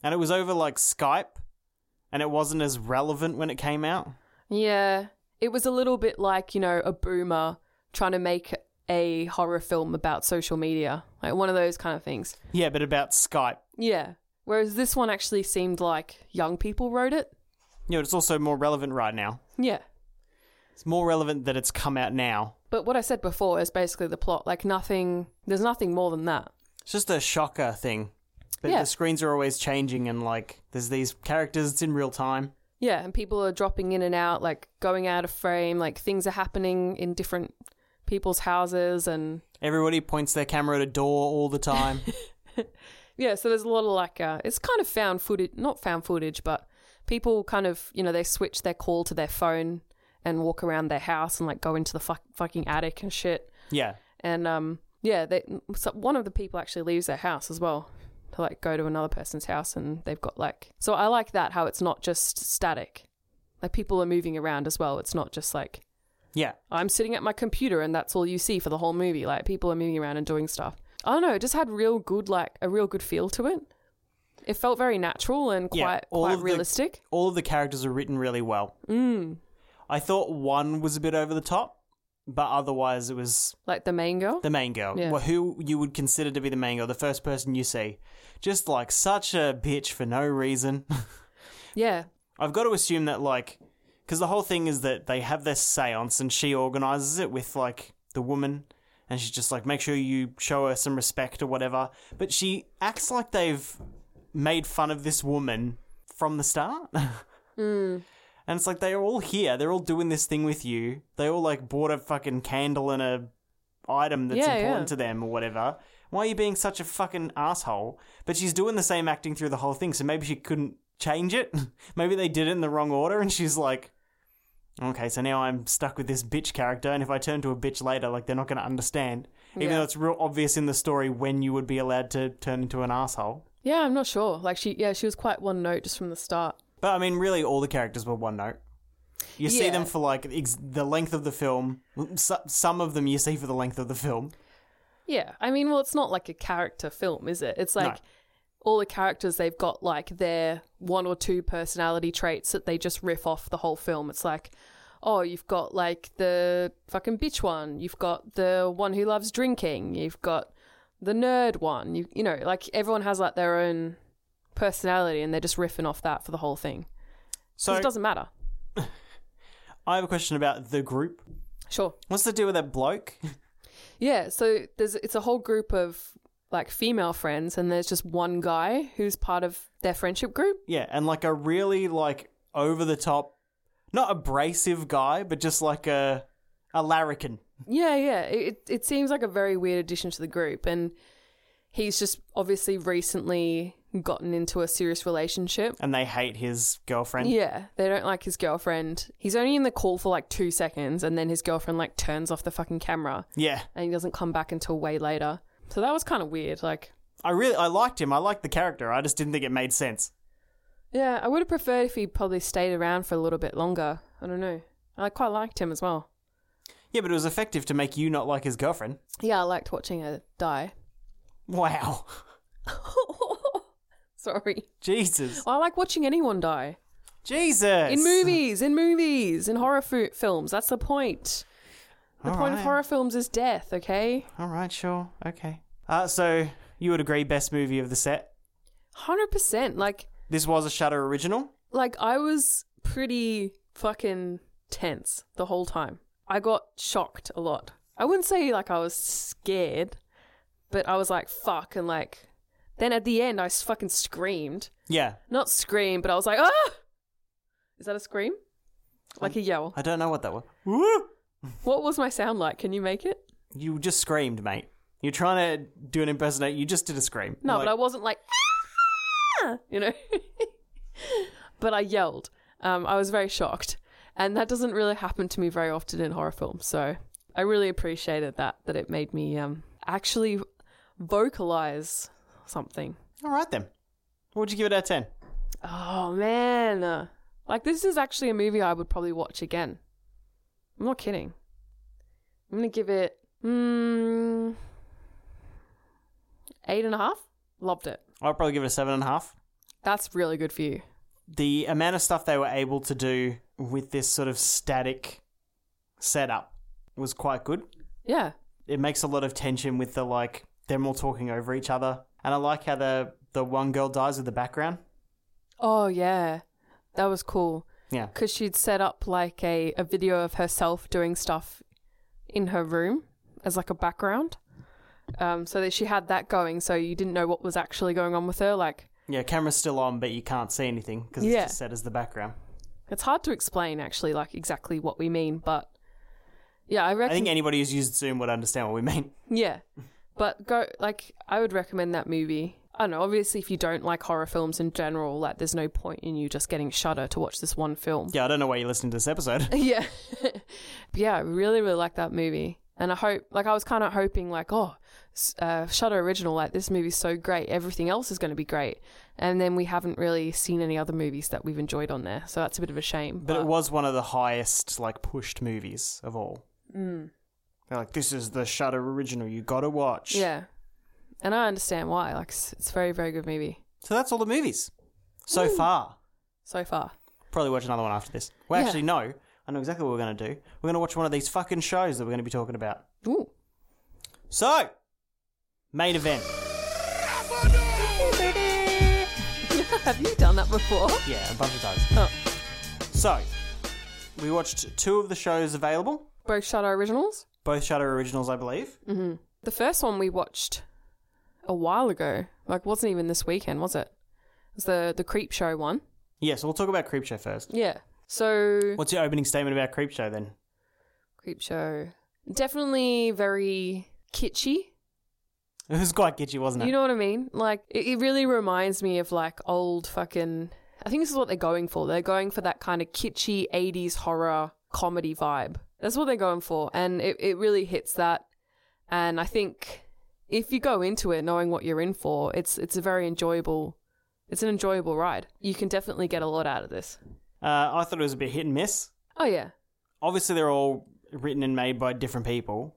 Speaker 3: And it was over like Skype and it wasn't as relevant when it came out?
Speaker 2: yeah, it was a little bit like you know a boomer trying to make a horror film about social media, like one of those kind of things.
Speaker 3: Yeah, but about Skype.
Speaker 2: Yeah, Whereas this one actually seemed like young people wrote it.
Speaker 3: You know, it's also more relevant right now.
Speaker 2: Yeah.
Speaker 3: It's more relevant that it's come out now.
Speaker 2: But what I said before is basically the plot. Like nothing, there's nothing more than that.
Speaker 3: It's just a shocker thing. But
Speaker 2: Yeah.
Speaker 3: the screens are always changing and like there's these characters, it's in real time.
Speaker 2: Yeah, and people are dropping in and out, like going out of frame, like things are happening in different people's houses and
Speaker 3: Everybody points their camera at a door all the time.
Speaker 2: yeah, so there's a lot of like uh, it's kind of found footage, not found footage, but people kind of, you know, they switch their call to their phone and walk around their house and like go into the fuck fucking attic and shit.
Speaker 3: yeah.
Speaker 2: And um yeah, they so one of the people actually leaves their house as well to like go to another person's house and they've got like So I like that how it's not just static. Like people are moving around as well. It's not just like
Speaker 3: Yeah.
Speaker 2: I'm sitting at my computer and that's all you see for the whole movie. Like people are moving around and doing stuff. I don't know, it just had real good like a real good feel to it. It felt very natural and
Speaker 3: Yeah,
Speaker 2: quite
Speaker 3: all of
Speaker 2: quite
Speaker 3: the-
Speaker 2: realistic.
Speaker 3: All of the characters are written really well.
Speaker 2: Mm.
Speaker 3: I thought one was a bit over the top, but otherwise it was
Speaker 2: Like the main girl.
Speaker 3: the main girl.
Speaker 2: Yeah.
Speaker 3: Well, who you would consider to be the main girl, the first person you see. Just like such a bitch for no reason.
Speaker 2: yeah.
Speaker 3: I've got to assume that, like, because the whole thing is that they have this seance and she organizes it with, like, the woman. And she's just like, make sure you show her some respect or whatever. But she acts like they've made fun of this woman from the start. And it's like, they're all here. They're all doing this thing with you. They all, like, bought a fucking candle and a item that's
Speaker 2: Yeah,
Speaker 3: important
Speaker 2: yeah.
Speaker 3: to them or whatever. Why are you being such a fucking asshole? But she's doing the same acting through the whole thing, so maybe she couldn't change it. maybe they did it in the wrong order, and she's like, okay, so now I'm stuck with this bitch character, and if I turn to a bitch later, like, they're not going to understand. Even
Speaker 2: Yeah.
Speaker 3: though it's real obvious in the story when you would be allowed to turn into an asshole.
Speaker 2: Yeah, I'm not sure. Like she yeah, she was quite one note just from the start.
Speaker 3: But I mean, really, all the characters were one note. You see
Speaker 2: Yeah.
Speaker 3: them for like ex- the length of the film. So- some of them you see for the length of the film.
Speaker 2: Yeah. I mean, well, it's not like a character film, is it? It's like all the characters, they've got like their one or two personality traits that they just riff off the whole film. It's like, oh, you've got like the fucking bitch one, you've got the one who loves drinking, you've got the nerd one. You, you know, like everyone has like their own personality and they're just riffing off that for the whole thing. So
Speaker 3: So
Speaker 2: it doesn't matter.
Speaker 3: I have a question about the group.
Speaker 2: Sure.
Speaker 3: What's the deal with that bloke?
Speaker 2: Yeah, so there's it's a whole group of like female friends and there's just one guy who's part of their friendship group.
Speaker 3: yeah, and like a really like over the top, not abrasive guy, but just like a a larrikin.
Speaker 2: Yeah, yeah. It it seems like a very weird addition to the group and he's just obviously recently gotten into a serious relationship.
Speaker 3: And they hate his girlfriend.
Speaker 2: Yeah, they don't like his girlfriend. He's only in the call for like 2 seconds and then his girlfriend like turns off the fucking camera
Speaker 3: yeah.
Speaker 2: and he doesn't come back until way later. So that was kind of weird like
Speaker 3: I really I liked him. I liked the character. I just didn't think it made sense.
Speaker 2: Yeah, I would have preferred if he probably stayed around for a little bit longer. I don't know. I quite liked him as well.
Speaker 3: Yeah, but it was effective to make you not like his girlfriend.
Speaker 2: Yeah, I liked watching her die.
Speaker 3: Wow.
Speaker 2: Sorry.
Speaker 3: Jesus.
Speaker 2: I like watching anyone die.
Speaker 3: Jesus.
Speaker 2: In movies, in movies, in horror fu- films. That's the point. The
Speaker 3: All
Speaker 2: point
Speaker 3: right.
Speaker 2: of horror films is death, okay?
Speaker 3: All right, sure. Okay. Uh, so you would agree best movie of the set.
Speaker 2: 100%. Like,
Speaker 3: This was a Shutter original.
Speaker 2: like I was pretty fucking tense the whole time. I got shocked a lot. I wouldn't say like I was scared, but I was like fuck and like then at the end I s- fucking screamed.
Speaker 3: Yeah.
Speaker 2: Not scream, but I was like ah. Is that a scream? Like a yell.
Speaker 3: I don't know what that was.
Speaker 2: What was my sound like? Can you make it?
Speaker 3: You just screamed, mate. You're trying to do an impersonate. You just did a scream.
Speaker 2: No,
Speaker 3: Like,
Speaker 2: but I wasn't like, "Ah!" you know. but I yelled. Um, I was very shocked, and that doesn't really happen to me very often in horror films. So I really appreciated that that it made me um, actually vocalize something.
Speaker 3: All right then. What would you give it out of ten?
Speaker 2: Oh man, like this is actually a movie I would probably watch again. I'm not kidding. I'm gonna give it mm, eight and a half. Loved it.
Speaker 3: I'd probably give it a seven and a half.
Speaker 2: That's really good for you.
Speaker 3: The amount of stuff they were able to do with this sort of static setup was quite good.
Speaker 2: Yeah.
Speaker 3: it makes a lot of tension with the like them all talking over each other. And I like how the the one girl dies with the background.
Speaker 2: Oh yeah, that was cool
Speaker 3: Yeah.
Speaker 2: because she'd set up like a, a video of herself doing stuff in her room as like a background. Um, so that she had that going, so you didn't know what was actually going on with her. Like
Speaker 3: Yeah, camera's still on, but you can't see anything because it's
Speaker 2: Yeah.
Speaker 3: just set as the background.
Speaker 2: it's hard to explain actually, like exactly what we mean, but yeah, I
Speaker 3: I
Speaker 2: reckon.
Speaker 3: think anybody who's used Zoom would understand what we mean.
Speaker 2: Yeah. But go like I would recommend that movie. I don't know, obviously if you don't like horror films in general, like there's no point in you just getting shudder to watch this one film.
Speaker 3: Yeah, I don't know why you're listening to this episode.
Speaker 2: Yeah. But yeah, I really, really like that movie. And I hope like I was kind of hoping like, oh, s- uh, Shutter Original, like this movie's so great, everything else is going to be great. And then we haven't really seen any other movies that we've enjoyed on there, so that's a bit of a shame.
Speaker 3: But it was one of the highest like pushed movies of all.
Speaker 2: Hmm.
Speaker 3: They're like, this is the Shutter original. You gotta watch.
Speaker 2: yeah, and I understand why. Like s- it's a very, very good movie
Speaker 3: So that's all the movies so
Speaker 2: Hmm.
Speaker 3: far.
Speaker 2: so far.
Speaker 3: Probably watch another one after this. Well,
Speaker 2: Yeah.
Speaker 3: actually, no. I know exactly what we're gonna do. We're gonna watch one of these fucking shows that we're gonna be talking about.
Speaker 2: Ooh.
Speaker 3: So, main event.
Speaker 2: Have you done that before?
Speaker 3: Yeah, a bunch of times.
Speaker 2: Oh.
Speaker 3: So, we watched two of the shows available,
Speaker 2: both Shutter originals.
Speaker 3: both Shutter originals, I believe.
Speaker 2: Mm. The first one we watched a while ago, like wasn't even this weekend, was it? It was the the Creep Show one.
Speaker 3: Yeah, so we'll talk about Creepshow first.
Speaker 2: Yeah. So
Speaker 3: What's your opening statement about Creepshow then?
Speaker 2: Creep Show definitely very kitschy.
Speaker 3: It was quite kitschy, wasn't it?
Speaker 2: You know what I mean? Like it, it really reminds me of like old fucking. I think this is what they're going for. They're going for that kind of kitschy '80s horror comedy vibe. That's what they're going for, and it it really hits that. And I think if you go into it knowing what you're in for, it's it's a very enjoyable. It's an enjoyable ride. You can definitely get a lot out of this.
Speaker 3: uh, I thought it was a bit hit and miss.
Speaker 2: Oh yeah,
Speaker 3: Obviously, they're all written and made by different people.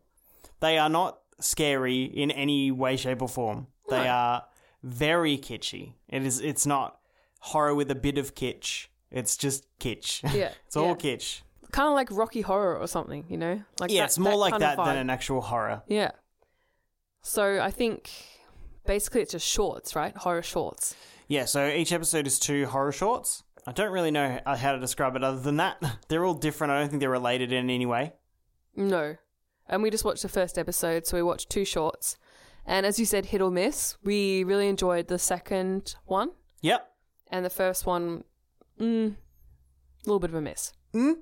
Speaker 3: They are not scary in any way, shape, or form. They
Speaker 2: No.
Speaker 3: are very kitschy. It is. It's not horror with a bit of kitsch. It's just kitsch.
Speaker 2: Yeah,
Speaker 3: it's all
Speaker 2: yeah.
Speaker 3: kitsch.
Speaker 2: kind of like Rocky Horror or something, you know? Like
Speaker 3: yeah,
Speaker 2: that-
Speaker 3: it's more like
Speaker 2: kind of
Speaker 3: that than
Speaker 2: vibe.
Speaker 3: an actual horror.
Speaker 2: Yeah. So I think basically it's just shorts, right? Horror shorts.
Speaker 3: Yeah, so each episode is two horror shorts. I don't really know h- how to describe it other than that. They're all different. I don't think they're related in any way.
Speaker 2: No. And we just watched the first episode, so we watched two shorts. And as you said, hit or miss, we really enjoyed the second one.
Speaker 3: Yep.
Speaker 2: And the first one, mm, a little bit of a miss.
Speaker 3: Mm?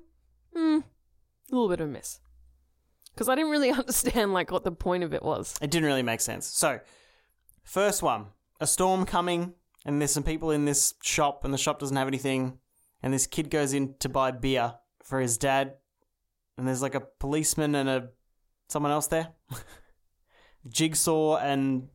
Speaker 2: Mm, a little bit of a miss. Because I didn't really understand like what the point of it was.
Speaker 3: It didn't really make sense. So, first one a storm coming, and there's some people in this shop, and the shop doesn't have anything. And this kid goes in to buy beer for his dad, and there's like a policeman and a someone else there. Jigsaw and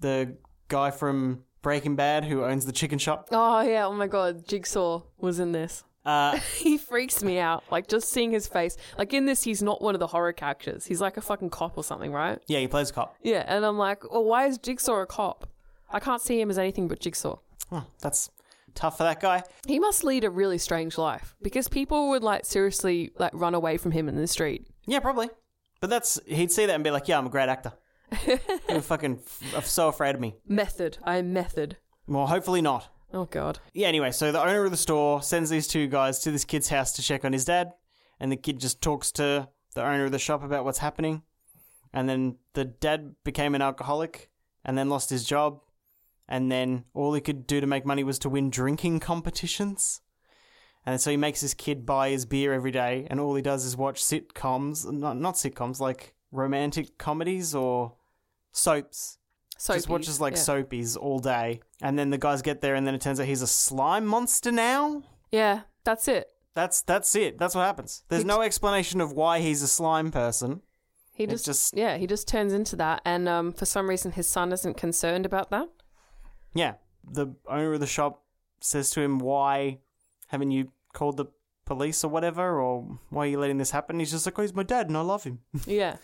Speaker 3: the guy from Breaking Bad who owns the chicken shop.
Speaker 2: Oh yeah, oh my god, Jigsaw was in this.
Speaker 3: Uh,
Speaker 2: he freaks me out. Like just seeing his face. Like in this, he's not one of the horror characters. He's like a fucking cop or something, right?
Speaker 3: yeah, he plays a cop.
Speaker 2: Yeah, and I'm like, well, why is Jigsaw a cop? I can't see him as anything but Jigsaw.
Speaker 3: Huh, Hmm, that's tough for that guy.
Speaker 2: He must lead a really strange life because people would like seriously like run away from him in the street.
Speaker 3: Yeah, probably. But that's he'd see that and be like, "Yeah, I'm a great actor." You're fucking f- so afraid of me.
Speaker 2: Method, I am method.
Speaker 3: Well, hopefully not.
Speaker 2: Oh god.
Speaker 3: Yeah. Anyway, so the owner of the store sends these two guys to this kid's house to check on his dad, and the kid just talks to the owner of the shop about what's happening, and then the dad became an alcoholic, and then lost his job, and then all he could do to make money was to win drinking competitions. And so he makes his kid buy his beer every day, and all he does is watch sitcoms, not not sitcoms, like romantic comedies or soaps.
Speaker 2: So
Speaker 3: Just watches like soapies all day, and then the guys get there, and then it turns out he's a slime monster now.
Speaker 2: Yeah, that's it.
Speaker 3: That's that's it. That's what happens. There's no explanation of why he's a slime person.
Speaker 2: He
Speaker 3: It
Speaker 2: just,
Speaker 3: just-
Speaker 2: yeah, he just turns into that, and um, for some reason his son isn't concerned about that.
Speaker 3: Yeah, the owner of the shop says to him, "Why haven't you called the police or whatever, or why are you letting this happen?" He's just like, "Oh, he's my dad, and I love him."
Speaker 2: yeah,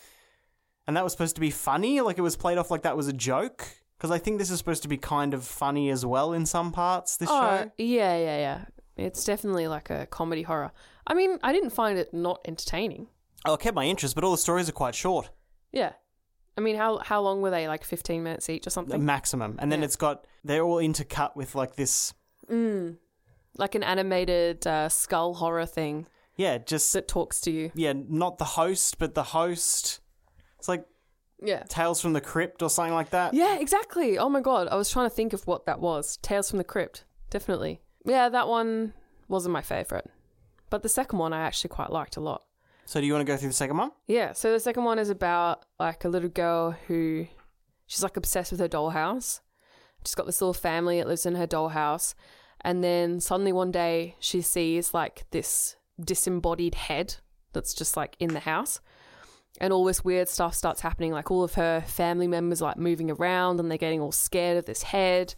Speaker 3: and that was supposed to be funny. Like it was played off like that was a joke. Because I think this is supposed to be kind of funny as well in some parts.
Speaker 2: Oh.
Speaker 3: This show.
Speaker 2: yeah, yeah, yeah. It's definitely like a comedy horror. I mean, I didn't find it not entertaining.
Speaker 3: Oh, it kept my interest, but all the stories are quite short.
Speaker 2: Yeah. I mean, how how long were they? Like fifteen minutes each or
Speaker 3: the
Speaker 2: something?
Speaker 3: maximum. And then
Speaker 2: Yeah.
Speaker 3: it's got they're all intercut with like this
Speaker 2: Mm. Like an animated uh, skull horror thing
Speaker 3: yeah, just
Speaker 2: that talks to you.
Speaker 3: yeah, not the host, but the host. It's like
Speaker 2: Yeah.
Speaker 3: Tales from the Crypt or something like that.
Speaker 2: Yeah, exactly. Oh my god, I was trying to think of what that was. Tales from the Crypt, definitely. Yeah, that one wasn't my favorite, but the second one I actually quite liked a lot.
Speaker 3: So do you want to go through the second one?
Speaker 2: Yeah, so the second one is about like a little girl who she's like obsessed with her dollhouse. She's got this little family that lives in her dollhouse, and then suddenly one day she sees like this disembodied head that's just like in the house. And all this weird stuff starts happening, like all of her family members like moving around and they're getting all scared of this head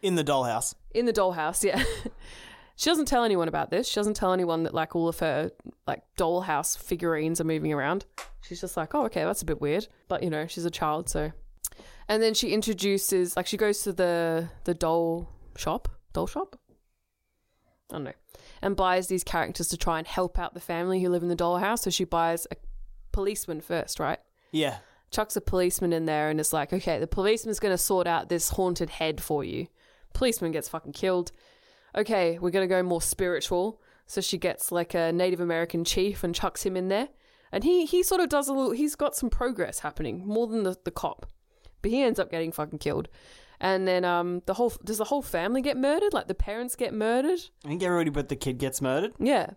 Speaker 3: In the dollhouse.
Speaker 2: in the dollhouse yeah she doesn't tell anyone about this she doesn't tell anyone that like all of her like dollhouse figurines are moving around she's just like oh okay that's a bit weird but you know she's a child so and then she introduces like she goes to the the doll shop doll shop i don't know and buys these characters to try and help out the family who live in the dollhouse so she buys a policeman first right
Speaker 3: Yeah.
Speaker 2: chucks a policeman in there and is like, okay, the policeman's going to sort out this haunted head for you. Policeman gets fucking killed. Okay, we're going to go more spiritual. So she gets like a Native American chief and chucks him in there. And he, he sort of does a little, he's got some progress happening more than the, the cop. But he ends up getting fucking killed. And then um, the whole, does the whole family get murdered? Like the parents get murdered?
Speaker 3: I think everybody but the kid gets murdered.
Speaker 2: Yeah.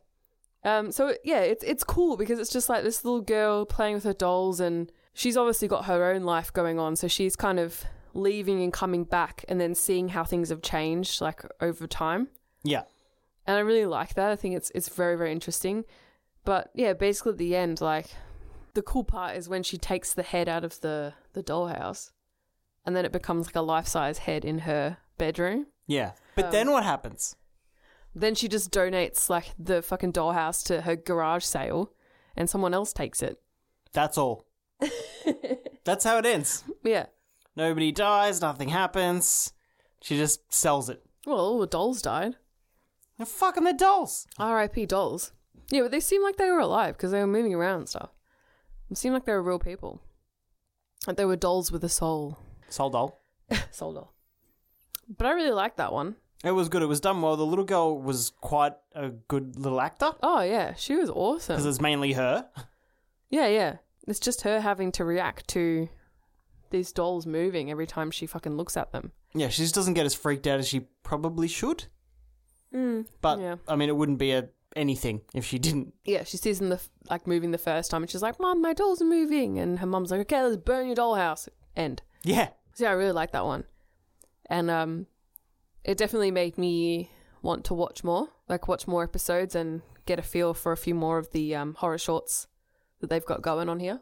Speaker 2: Um, so yeah, it's it's cool because it's just like this little girl playing with her dolls, and she's obviously got her own life going on. So she's kind of leaving and coming back, and then seeing how things have changed like over time.
Speaker 3: Yeah.
Speaker 2: And I really like that. I think it's it's very very interesting. But yeah, basically at the end, like the cool part is when she takes the head out of the the dollhouse, and then it becomes like a life size head in her bedroom.
Speaker 3: Yeah. But
Speaker 2: Um,
Speaker 3: then what happens?
Speaker 2: Then she just donates like the fucking dollhouse to her garage sale and someone else takes it.
Speaker 3: That's all. That's how it ends.
Speaker 2: Yeah.
Speaker 3: Nobody dies, nothing happens. She just sells it.
Speaker 2: Well, all the dolls died.
Speaker 3: They're fucking the dolls.
Speaker 2: R.I.P. dolls. Yeah, but they seemed like they were alive because they were moving around and stuff. It seemed like they were real people. Like they were dolls with a soul.
Speaker 3: Soul doll.
Speaker 2: soul doll. But I really liked that one.
Speaker 3: It was good. It was done well. The little girl was quite a good little actor
Speaker 2: Oh, yeah. She was
Speaker 3: because
Speaker 2: awesome.
Speaker 3: it's mainly her.
Speaker 2: Yeah, yeah. It's just her having to react to these dolls moving every time she fucking looks at them.
Speaker 3: Yeah, she just doesn't get as freaked out as she probably should. But
Speaker 2: Mm, yeah.
Speaker 3: I mean, it wouldn't be a anything if she didn't.
Speaker 2: yeah, she sees them the f- like moving the first time, and she's like, "Mom, my doll's are moving," and her mom's like, "Okay, let's burn your dollhouse." End.
Speaker 3: Yeah,
Speaker 2: So yeah, I really like that one, and um, it definitely made me want to watch more, like watch more episodes and get a feel for a few more of the um, horror shorts that they've got going on here.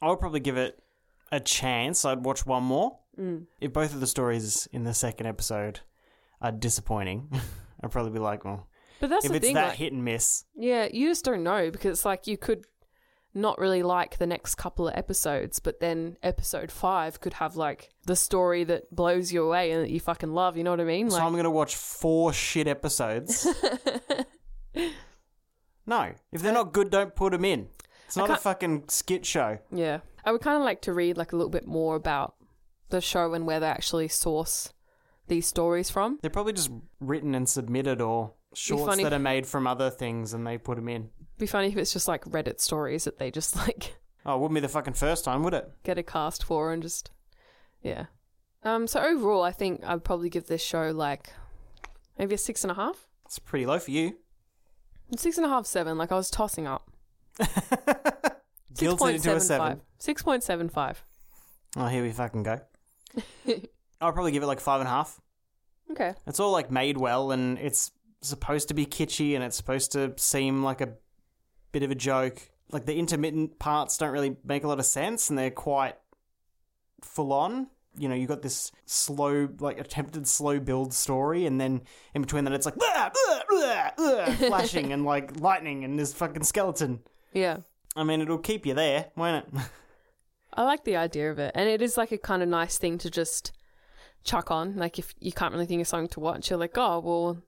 Speaker 3: I would probably give it a chance. I'd watch one more.
Speaker 2: Mm.
Speaker 3: If both of the stories in the second episode are disappointing, I'd probably be like, well,
Speaker 2: But that's
Speaker 3: if
Speaker 2: the
Speaker 3: it's
Speaker 2: thing,
Speaker 3: that
Speaker 2: like,
Speaker 3: hit and miss,
Speaker 2: yeah, you just don't know because it's like you could not really like the next couple of episodes, but then episode five could have like the story that blows you away and that you fucking love. You know what I mean?
Speaker 3: so
Speaker 2: Like,
Speaker 3: I'm gonna watch four shit episodes. no, if they're not good, don't put them in. It's
Speaker 2: I
Speaker 3: not a
Speaker 2: can't-
Speaker 3: fucking skit show.
Speaker 2: Yeah. I would kind of like to read like a little bit more about the show and where they actually source these stories from.
Speaker 3: They're probably just written and submitted or shorts
Speaker 2: funny-
Speaker 3: that are made from other things and they put them in.
Speaker 2: Be funny if it's just like Reddit stories that they just like
Speaker 3: Oh, it wouldn't be the fucking first time, would it?
Speaker 2: get a cast for and just yeah. Um so overall I think I'd probably give this show like maybe a six and a half.
Speaker 3: It's pretty low for you.
Speaker 2: Six and a half, seven, like I was tossing up.
Speaker 3: Guilted into a seven.
Speaker 2: Six point seven five.
Speaker 3: Oh, here we fucking go. I'll probably give it like five and a half.
Speaker 2: Okay.
Speaker 3: It's all like made well and it's supposed to be kitschy and it's supposed to seem like a bit of a joke. Like the intermittent parts don't really make a lot of sense and they're quite full on. You know, you got this slow, like attempted slow build story, and then in between that, it's like "Blah, blah, blah, blah," flashing and like lightning and this fucking skeleton.
Speaker 2: Yeah.
Speaker 3: I mean, it'll keep you there, won't it?
Speaker 2: I like the idea of it, and it is like a kind of nice thing to just chuck on. Like if you can't really think of something to watch, you're like, oh well,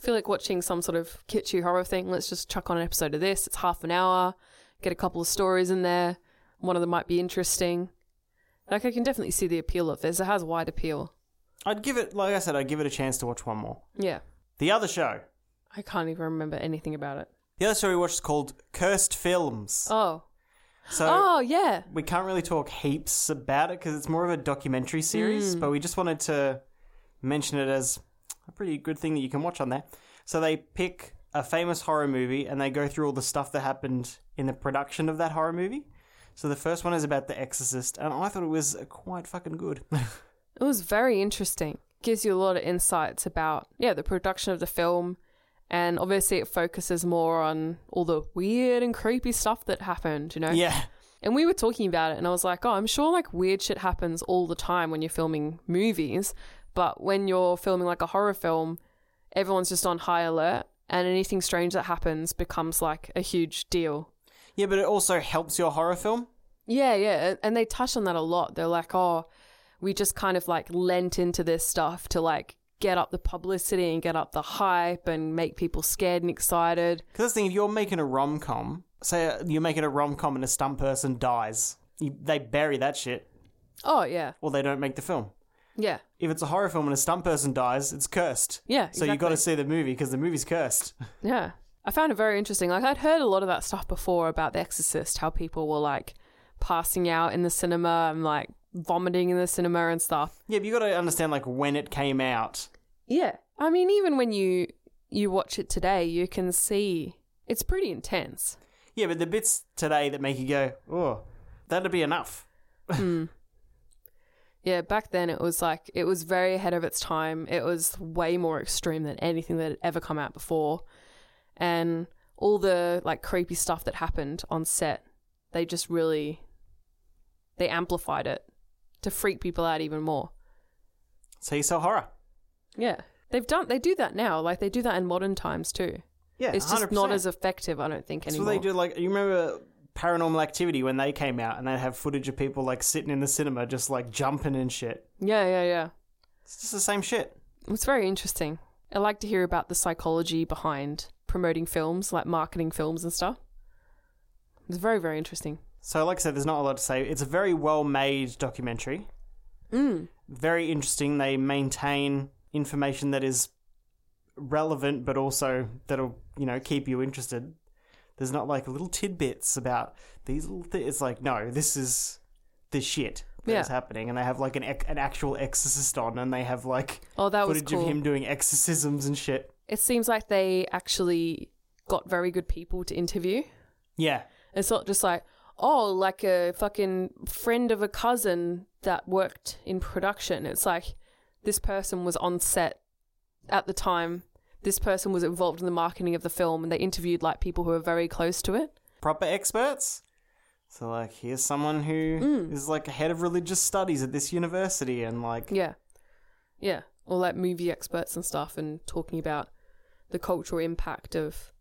Speaker 2: I feel like watching some sort of kitschy horror thing. Let's just chuck on an episode of this. It's half an hour. Get a couple of stories in there. One of them might be interesting. Like I can definitely see the appeal of this. It has wide appeal.
Speaker 3: I'd give it, like I said, I'd give it a chance to watch one more.
Speaker 2: Yeah.
Speaker 3: The other show.
Speaker 2: I can't even remember anything about it.
Speaker 3: The other show we watched is called Cursed Films.
Speaker 2: Oh.
Speaker 3: so
Speaker 2: oh yeah.
Speaker 3: we can't really talk heaps about it because it's more of a documentary series, but we just wanted to mention it as a pretty good thing that you can watch on there. So they pick a famous horror movie and they go through all the stuff that happened in the production of that horror movie. So the first one is about The Exorcist, and I thought it was quite fucking good.
Speaker 2: It was very interesting. Gives you a lot of insights about yeah the production of the film, and obviously it focuses more on all the weird and creepy stuff that happened. You know.
Speaker 3: yeah.
Speaker 2: And we were talking about it, and I was like, oh, I'm sure like weird shit happens all the time when you're filming movies, but when you're filming like a horror film, everyone's just on high alert, and anything strange that happens becomes like a huge deal.
Speaker 3: Yeah, but it also helps your horror film.
Speaker 2: Yeah, yeah. a- And they touch on that a lot. They're like, oh, we just kind of like lent into this stuff to like get up the publicity and get up the hype and make people scared and excited.
Speaker 3: Because that's the thing, if you're making a rom com, say uh, you're making a rom com and a stunt person dies, you, they bury that shit
Speaker 2: Oh, yeah.
Speaker 3: or they don't make the film.
Speaker 2: Yeah.
Speaker 3: If it's a horror film and a stunt person dies, it's cursed.
Speaker 2: Yeah.
Speaker 3: So you got to
Speaker 2: exactly.
Speaker 3: see the movie because the movie's cursed.
Speaker 2: Yeah. I found it very interesting. Like, I'd heard a lot of that stuff before about The Exorcist, how people were like passing out in the cinema and like vomiting in the cinema and stuff.
Speaker 3: Yeah, but you got to understand like when it came out.
Speaker 2: Yeah. I mean, even when you you watch it today, you can see it's pretty intense.
Speaker 3: Yeah, but the bits today that make you go, oh, that'd be enough.
Speaker 2: Yeah, back then it was like it was very ahead of its time. It was way more extreme than anything that had ever come out before. And all the like creepy stuff that happened on set, they just really they amplified it to freak people out even more.
Speaker 3: So you saw horror.
Speaker 2: Yeah. They've done they do that now. Like they do that in modern times too.
Speaker 3: Yeah,
Speaker 2: It's just not as effective, I don't think
Speaker 3: That's
Speaker 2: anymore.
Speaker 3: what they do. Like you remember Paranormal Activity when they came out and they have footage of people like sitting in the cinema just like jumping and shit.
Speaker 2: Yeah, yeah, yeah.
Speaker 3: It's just the same shit.
Speaker 2: It's very interesting. I like to hear about the psychology behind promoting films, like marketing films and stuff. It's very, very interesting.
Speaker 3: So, like I said, there's not a lot to say. It's a very well made documentary. Very interesting. They maintain information that is relevant, but also that'll, you know, keep you interested. There's not like little tidbits about these little things. It's like, no, this is the shit that's
Speaker 2: Yeah.
Speaker 3: happening. And they have like an, ex- an actual exorcist on, and they have like
Speaker 2: Oh, that was
Speaker 3: footage
Speaker 2: cool.
Speaker 3: of him doing exorcisms and shit.
Speaker 2: It seems like they actually got very good people to interview.
Speaker 3: Yeah.
Speaker 2: It's not just like, oh, like a fucking friend of a cousin that worked in production. It's like this person was on set at the time. This person was involved in the marketing of the film, and they interviewed like people who were very close to it.
Speaker 3: proper experts. So like here's someone who is
Speaker 2: Mm.
Speaker 3: like a head of religious studies at this university and like
Speaker 2: Yeah. Yeah. Or like movie experts and stuff and talking about the cultural impact of.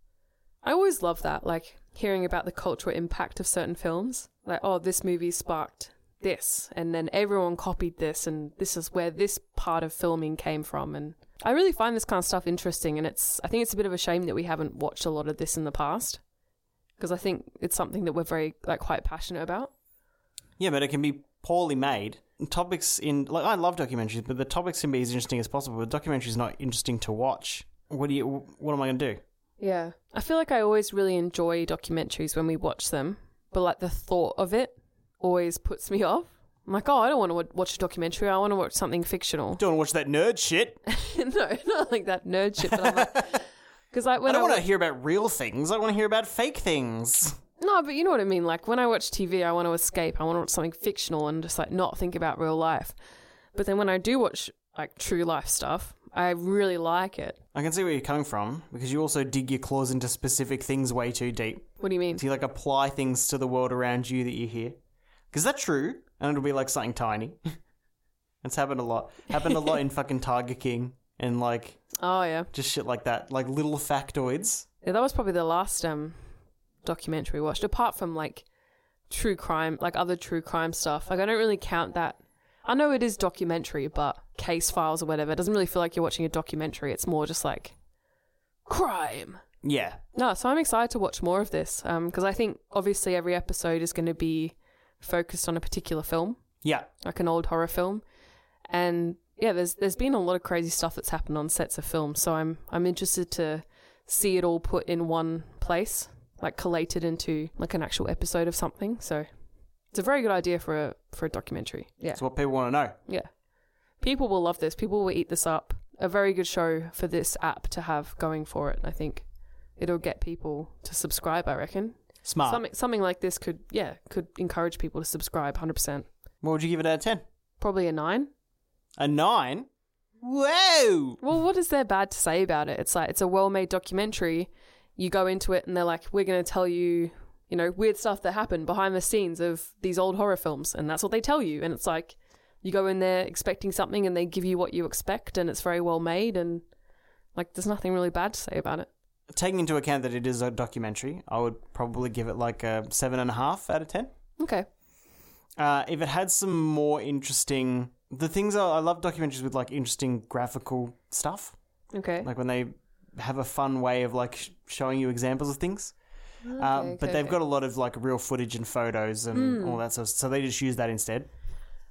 Speaker 2: I always love that, like hearing about the cultural impact of certain films. Like, oh, this movie sparked this, and then everyone copied this, and this is where this part of filming came from. And I really find this kind of stuff interesting, and it's, I think it's a bit of a shame that we haven't watched a lot of this in the past. Because I think it's something that we're very, like, quite passionate about.
Speaker 3: yeah, but it can be poorly made. And Topics in like I love documentaries, but the topics can be as interesting as possible. But documentaries not interesting to watch. What do you? What am I going to do?
Speaker 2: Yeah. I feel like I always really enjoy documentaries when we watch them, but like the thought of it always puts me off. I'm like, oh, I don't want to wa- watch a documentary. I want to watch something fictional.
Speaker 3: Don't want to watch that nerd shit.
Speaker 2: no, not like that nerd shit. But I'm like, because like when
Speaker 3: I
Speaker 2: I
Speaker 3: don't want to
Speaker 2: wa-
Speaker 3: hear about real things. I want to hear about fake things.
Speaker 2: no, but you know what I mean. Like when I watch TV, I want to escape. I want to watch something fictional and just like not think about real life. But then when I do watch like true life stuff, I really like it.
Speaker 3: I can see where you're coming from because you also dig your claws into specific things way too deep.
Speaker 2: What do you mean?
Speaker 3: Do you like apply things to the world around you that you hear? Because that's true, and it'll be like something tiny. it's happened a lot. Happened a lot in fucking Tiger King and like
Speaker 2: Oh yeah,
Speaker 3: just shit like that, like little factoids.
Speaker 2: Yeah, that was probably the last um documentary we watched, apart from like true crime, like other true crime stuff. Like I don't really count that. I know it is documentary, but case files or whatever. It doesn't really feel like you're watching a documentary. It's more just like crime.
Speaker 3: Yeah,
Speaker 2: No, so I'm excited to watch more of um, this because I think obviously every episode is going to be focused on a particular film.
Speaker 3: Yeah.
Speaker 2: like an old horror film. And yeah, there's there's been a lot of crazy stuff that's happened on sets of films, so I'm I'm interested to see it all put in one place, like collated into like an actual episode of something. So it's a very good idea for a for a documentary. Yeah.
Speaker 3: It's what people want to know.
Speaker 2: Yeah. People will love this. People will eat this up. A very good show for this app to have going for it, I think. It'll get people to subscribe, I reckon.
Speaker 3: Smart.
Speaker 2: Something something like this could yeah, could encourage people to subscribe 100%.
Speaker 3: What would you give it out of 10?
Speaker 2: Probably a 9.
Speaker 3: A 9? Whoa!
Speaker 2: Well, what is there bad to say about it? It's like it's a well-made documentary. You go into it and they're like, "We're going to tell you, you know, weird stuff that happened behind the scenes of these old horror films," and that's what they tell you. And it's like you go in there expecting something, and they give you what you expect, and it's very well made. And like, there's nothing really bad to say about it.
Speaker 3: Taking into account that it is a documentary, I would probably give it like a 7.5 out of 10.
Speaker 2: Okay,
Speaker 3: Uh, if it had some more interesting. The things I, I love documentaries with like interesting graphical stuff,
Speaker 2: okay,
Speaker 3: like when they have a fun way of like sh- showing you examples of things. Uh,
Speaker 2: Okay,
Speaker 3: but they've
Speaker 2: okay, okay. Hmm.
Speaker 3: got a lot of like real footage and photos and all that sort of So they just use that instead.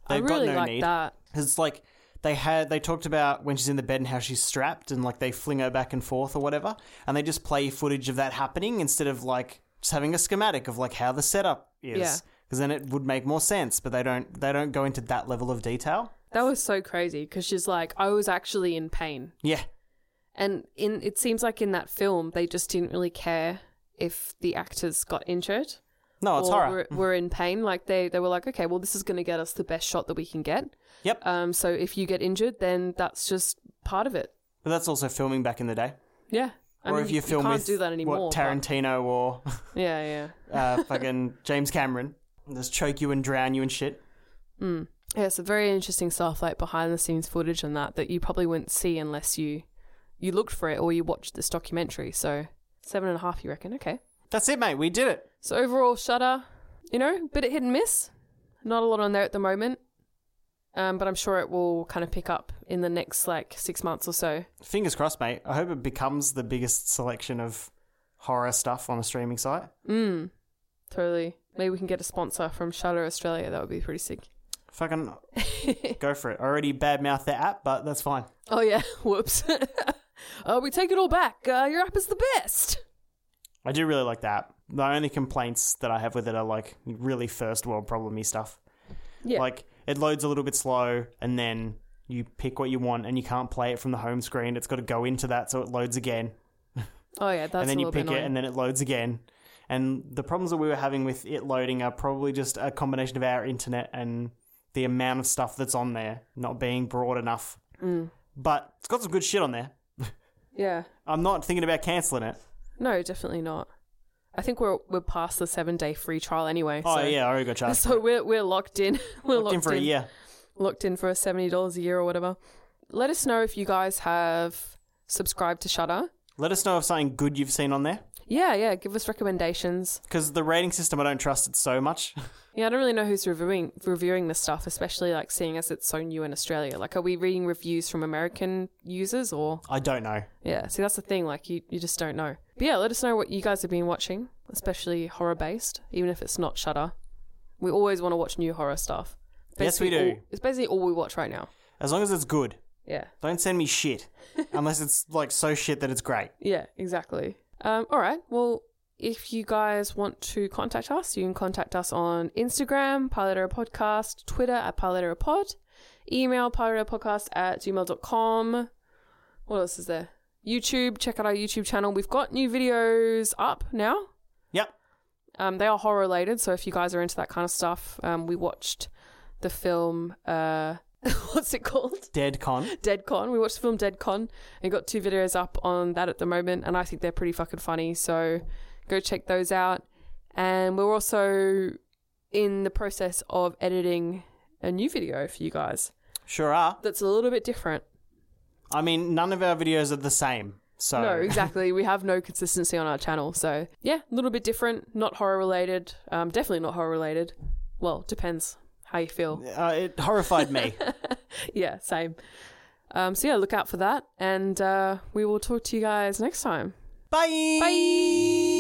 Speaker 2: I
Speaker 3: They've
Speaker 2: really
Speaker 3: got no
Speaker 2: like
Speaker 3: need.
Speaker 2: that.
Speaker 3: Because it's like they had they talked about when she's in the bed and how she's strapped and like they fling her back and forth or whatever, and they just play footage of that happening instead of like just having a schematic of like how the setup is.
Speaker 2: Yeah.
Speaker 3: Because then it would make more sense, but they don't they don't go into that level of detail.
Speaker 2: That was so crazy because she's like, "I was actually in pain."
Speaker 3: Yeah,
Speaker 2: And in it seems like in that film they just didn't really care if the actors got injured
Speaker 3: no, it's
Speaker 2: or
Speaker 3: horror.
Speaker 2: were, were in pain. Like they they were like, okay, well this is going to get us the best shot that we can get.
Speaker 3: Yep,
Speaker 2: Um, so if you get injured, then that's just part of it.
Speaker 3: but that's also filming back in the day.
Speaker 2: Yeah. I
Speaker 3: or
Speaker 2: mean,
Speaker 3: if you film
Speaker 2: can't
Speaker 3: with
Speaker 2: do that anymore.
Speaker 3: what
Speaker 2: but-
Speaker 3: Tarantino or
Speaker 2: yeah, yeah,
Speaker 3: uh, fucking James Cameron, just choke you and drown you and shit.
Speaker 2: yeah. So very interesting stuff like behind the scenes footage and that that you probably wouldn't see unless you you looked for it or you watched this documentary. So seven and a half, you reckon? Okay.
Speaker 3: That's it, mate. We did it.
Speaker 2: So overall, Shutter, you know, bit of hit and miss. Not a lot on there at the moment, um, but I'm sure it will kind of pick up in the next like six months or so.
Speaker 3: fingers crossed, mate. I hope it becomes the biggest selection of horror stuff on a streaming site.
Speaker 2: Mm, totally. Maybe we can get a sponsor from Shutter Australia. That would be pretty sick.
Speaker 3: Fucking go for it. I already badmouthed the app, but that's fine.
Speaker 2: oh yeah. Whoops. uh, we take it all back. Uh, your app is the best.
Speaker 3: I do really like the app. The only complaints that I have with it are like really first world problemy stuff.
Speaker 2: Yeah.
Speaker 3: Like it loads a little bit slow, and then you pick what you want, and you can't play it from the home screen. It's got to go into that, so it loads again,
Speaker 2: Oh yeah, that's
Speaker 3: and then
Speaker 2: a
Speaker 3: you
Speaker 2: little
Speaker 3: pick
Speaker 2: bit
Speaker 3: it, and then it loads again. And the problems that we were having with it loading are probably just a combination of our internet and the amount of stuff that's on there not being broad enough.
Speaker 2: Mm.
Speaker 3: But it's got some good shit on there.
Speaker 2: yeah.
Speaker 3: I'm not thinking about canceling it.
Speaker 2: No, definitely not. I think we're we're past the seven day free trial anyway.
Speaker 3: Oh
Speaker 2: so.
Speaker 3: yeah, I already got charged.
Speaker 2: So we're we're locked in. we're locked,
Speaker 3: Locked in for a year.
Speaker 2: looked in for $70 a year or whatever. Let us know if you guys have subscribed to Shutter.
Speaker 3: Let us know if something good you've seen on there.
Speaker 2: Yeah, yeah, give us recommendations.
Speaker 3: Because the rating system, I don't trust it so much.
Speaker 2: Yeah, I don't really know who's reviewing reviewing this stuff, especially like seeing as it's so new in Australia. Like are we reading reviews from American users or
Speaker 3: I don't know.
Speaker 2: yeah, see that's the thing, like you, you just don't know. But yeah, let us know what you guys have been watching, especially horror based, even if it's not Shutter. We always want to watch new horror stuff.
Speaker 3: Yes, we
Speaker 2: Basically
Speaker 3: do.
Speaker 2: all- it's basically all we watch right now.
Speaker 3: As long as it's good,
Speaker 2: Yeah.
Speaker 3: don't send me shit. Unless it's like so shit that it's great.
Speaker 2: Yeah, exactly. Um, all right. Well, if you guys want to contact us, you can contact us on Instagram, Pilot Era Podcast, Twitter at Pilot Era Pod, email piloterapodcast at gmail.com. What else is there? YouTube, check out our YouTube channel. We've got new videos up now.
Speaker 3: Yep.
Speaker 2: Um, they are horror related, so if you guys are into that kind of stuff, um, we watched the film. Uh, what's it called?
Speaker 3: Dead con.
Speaker 2: Dead Con. We watched the film Dead Con and got two videos up on that at the moment, and I think they're pretty fucking funny. So go check those out. And we're also in the process of editing a new video for you guys
Speaker 3: Sure are.
Speaker 2: that's a little bit different.
Speaker 3: I mean, none of our videos are the same. So
Speaker 2: No, exactly. we have no consistency on our channel. So yeah, a little bit different, not horror related. Um, definitely not horror related. Well, depends how you feel.
Speaker 3: uh, it horrified me.
Speaker 2: Yeah, same. Um, so yeah, look out for that, and uh, we will talk to you guys next time.
Speaker 3: Bye.
Speaker 2: Bye.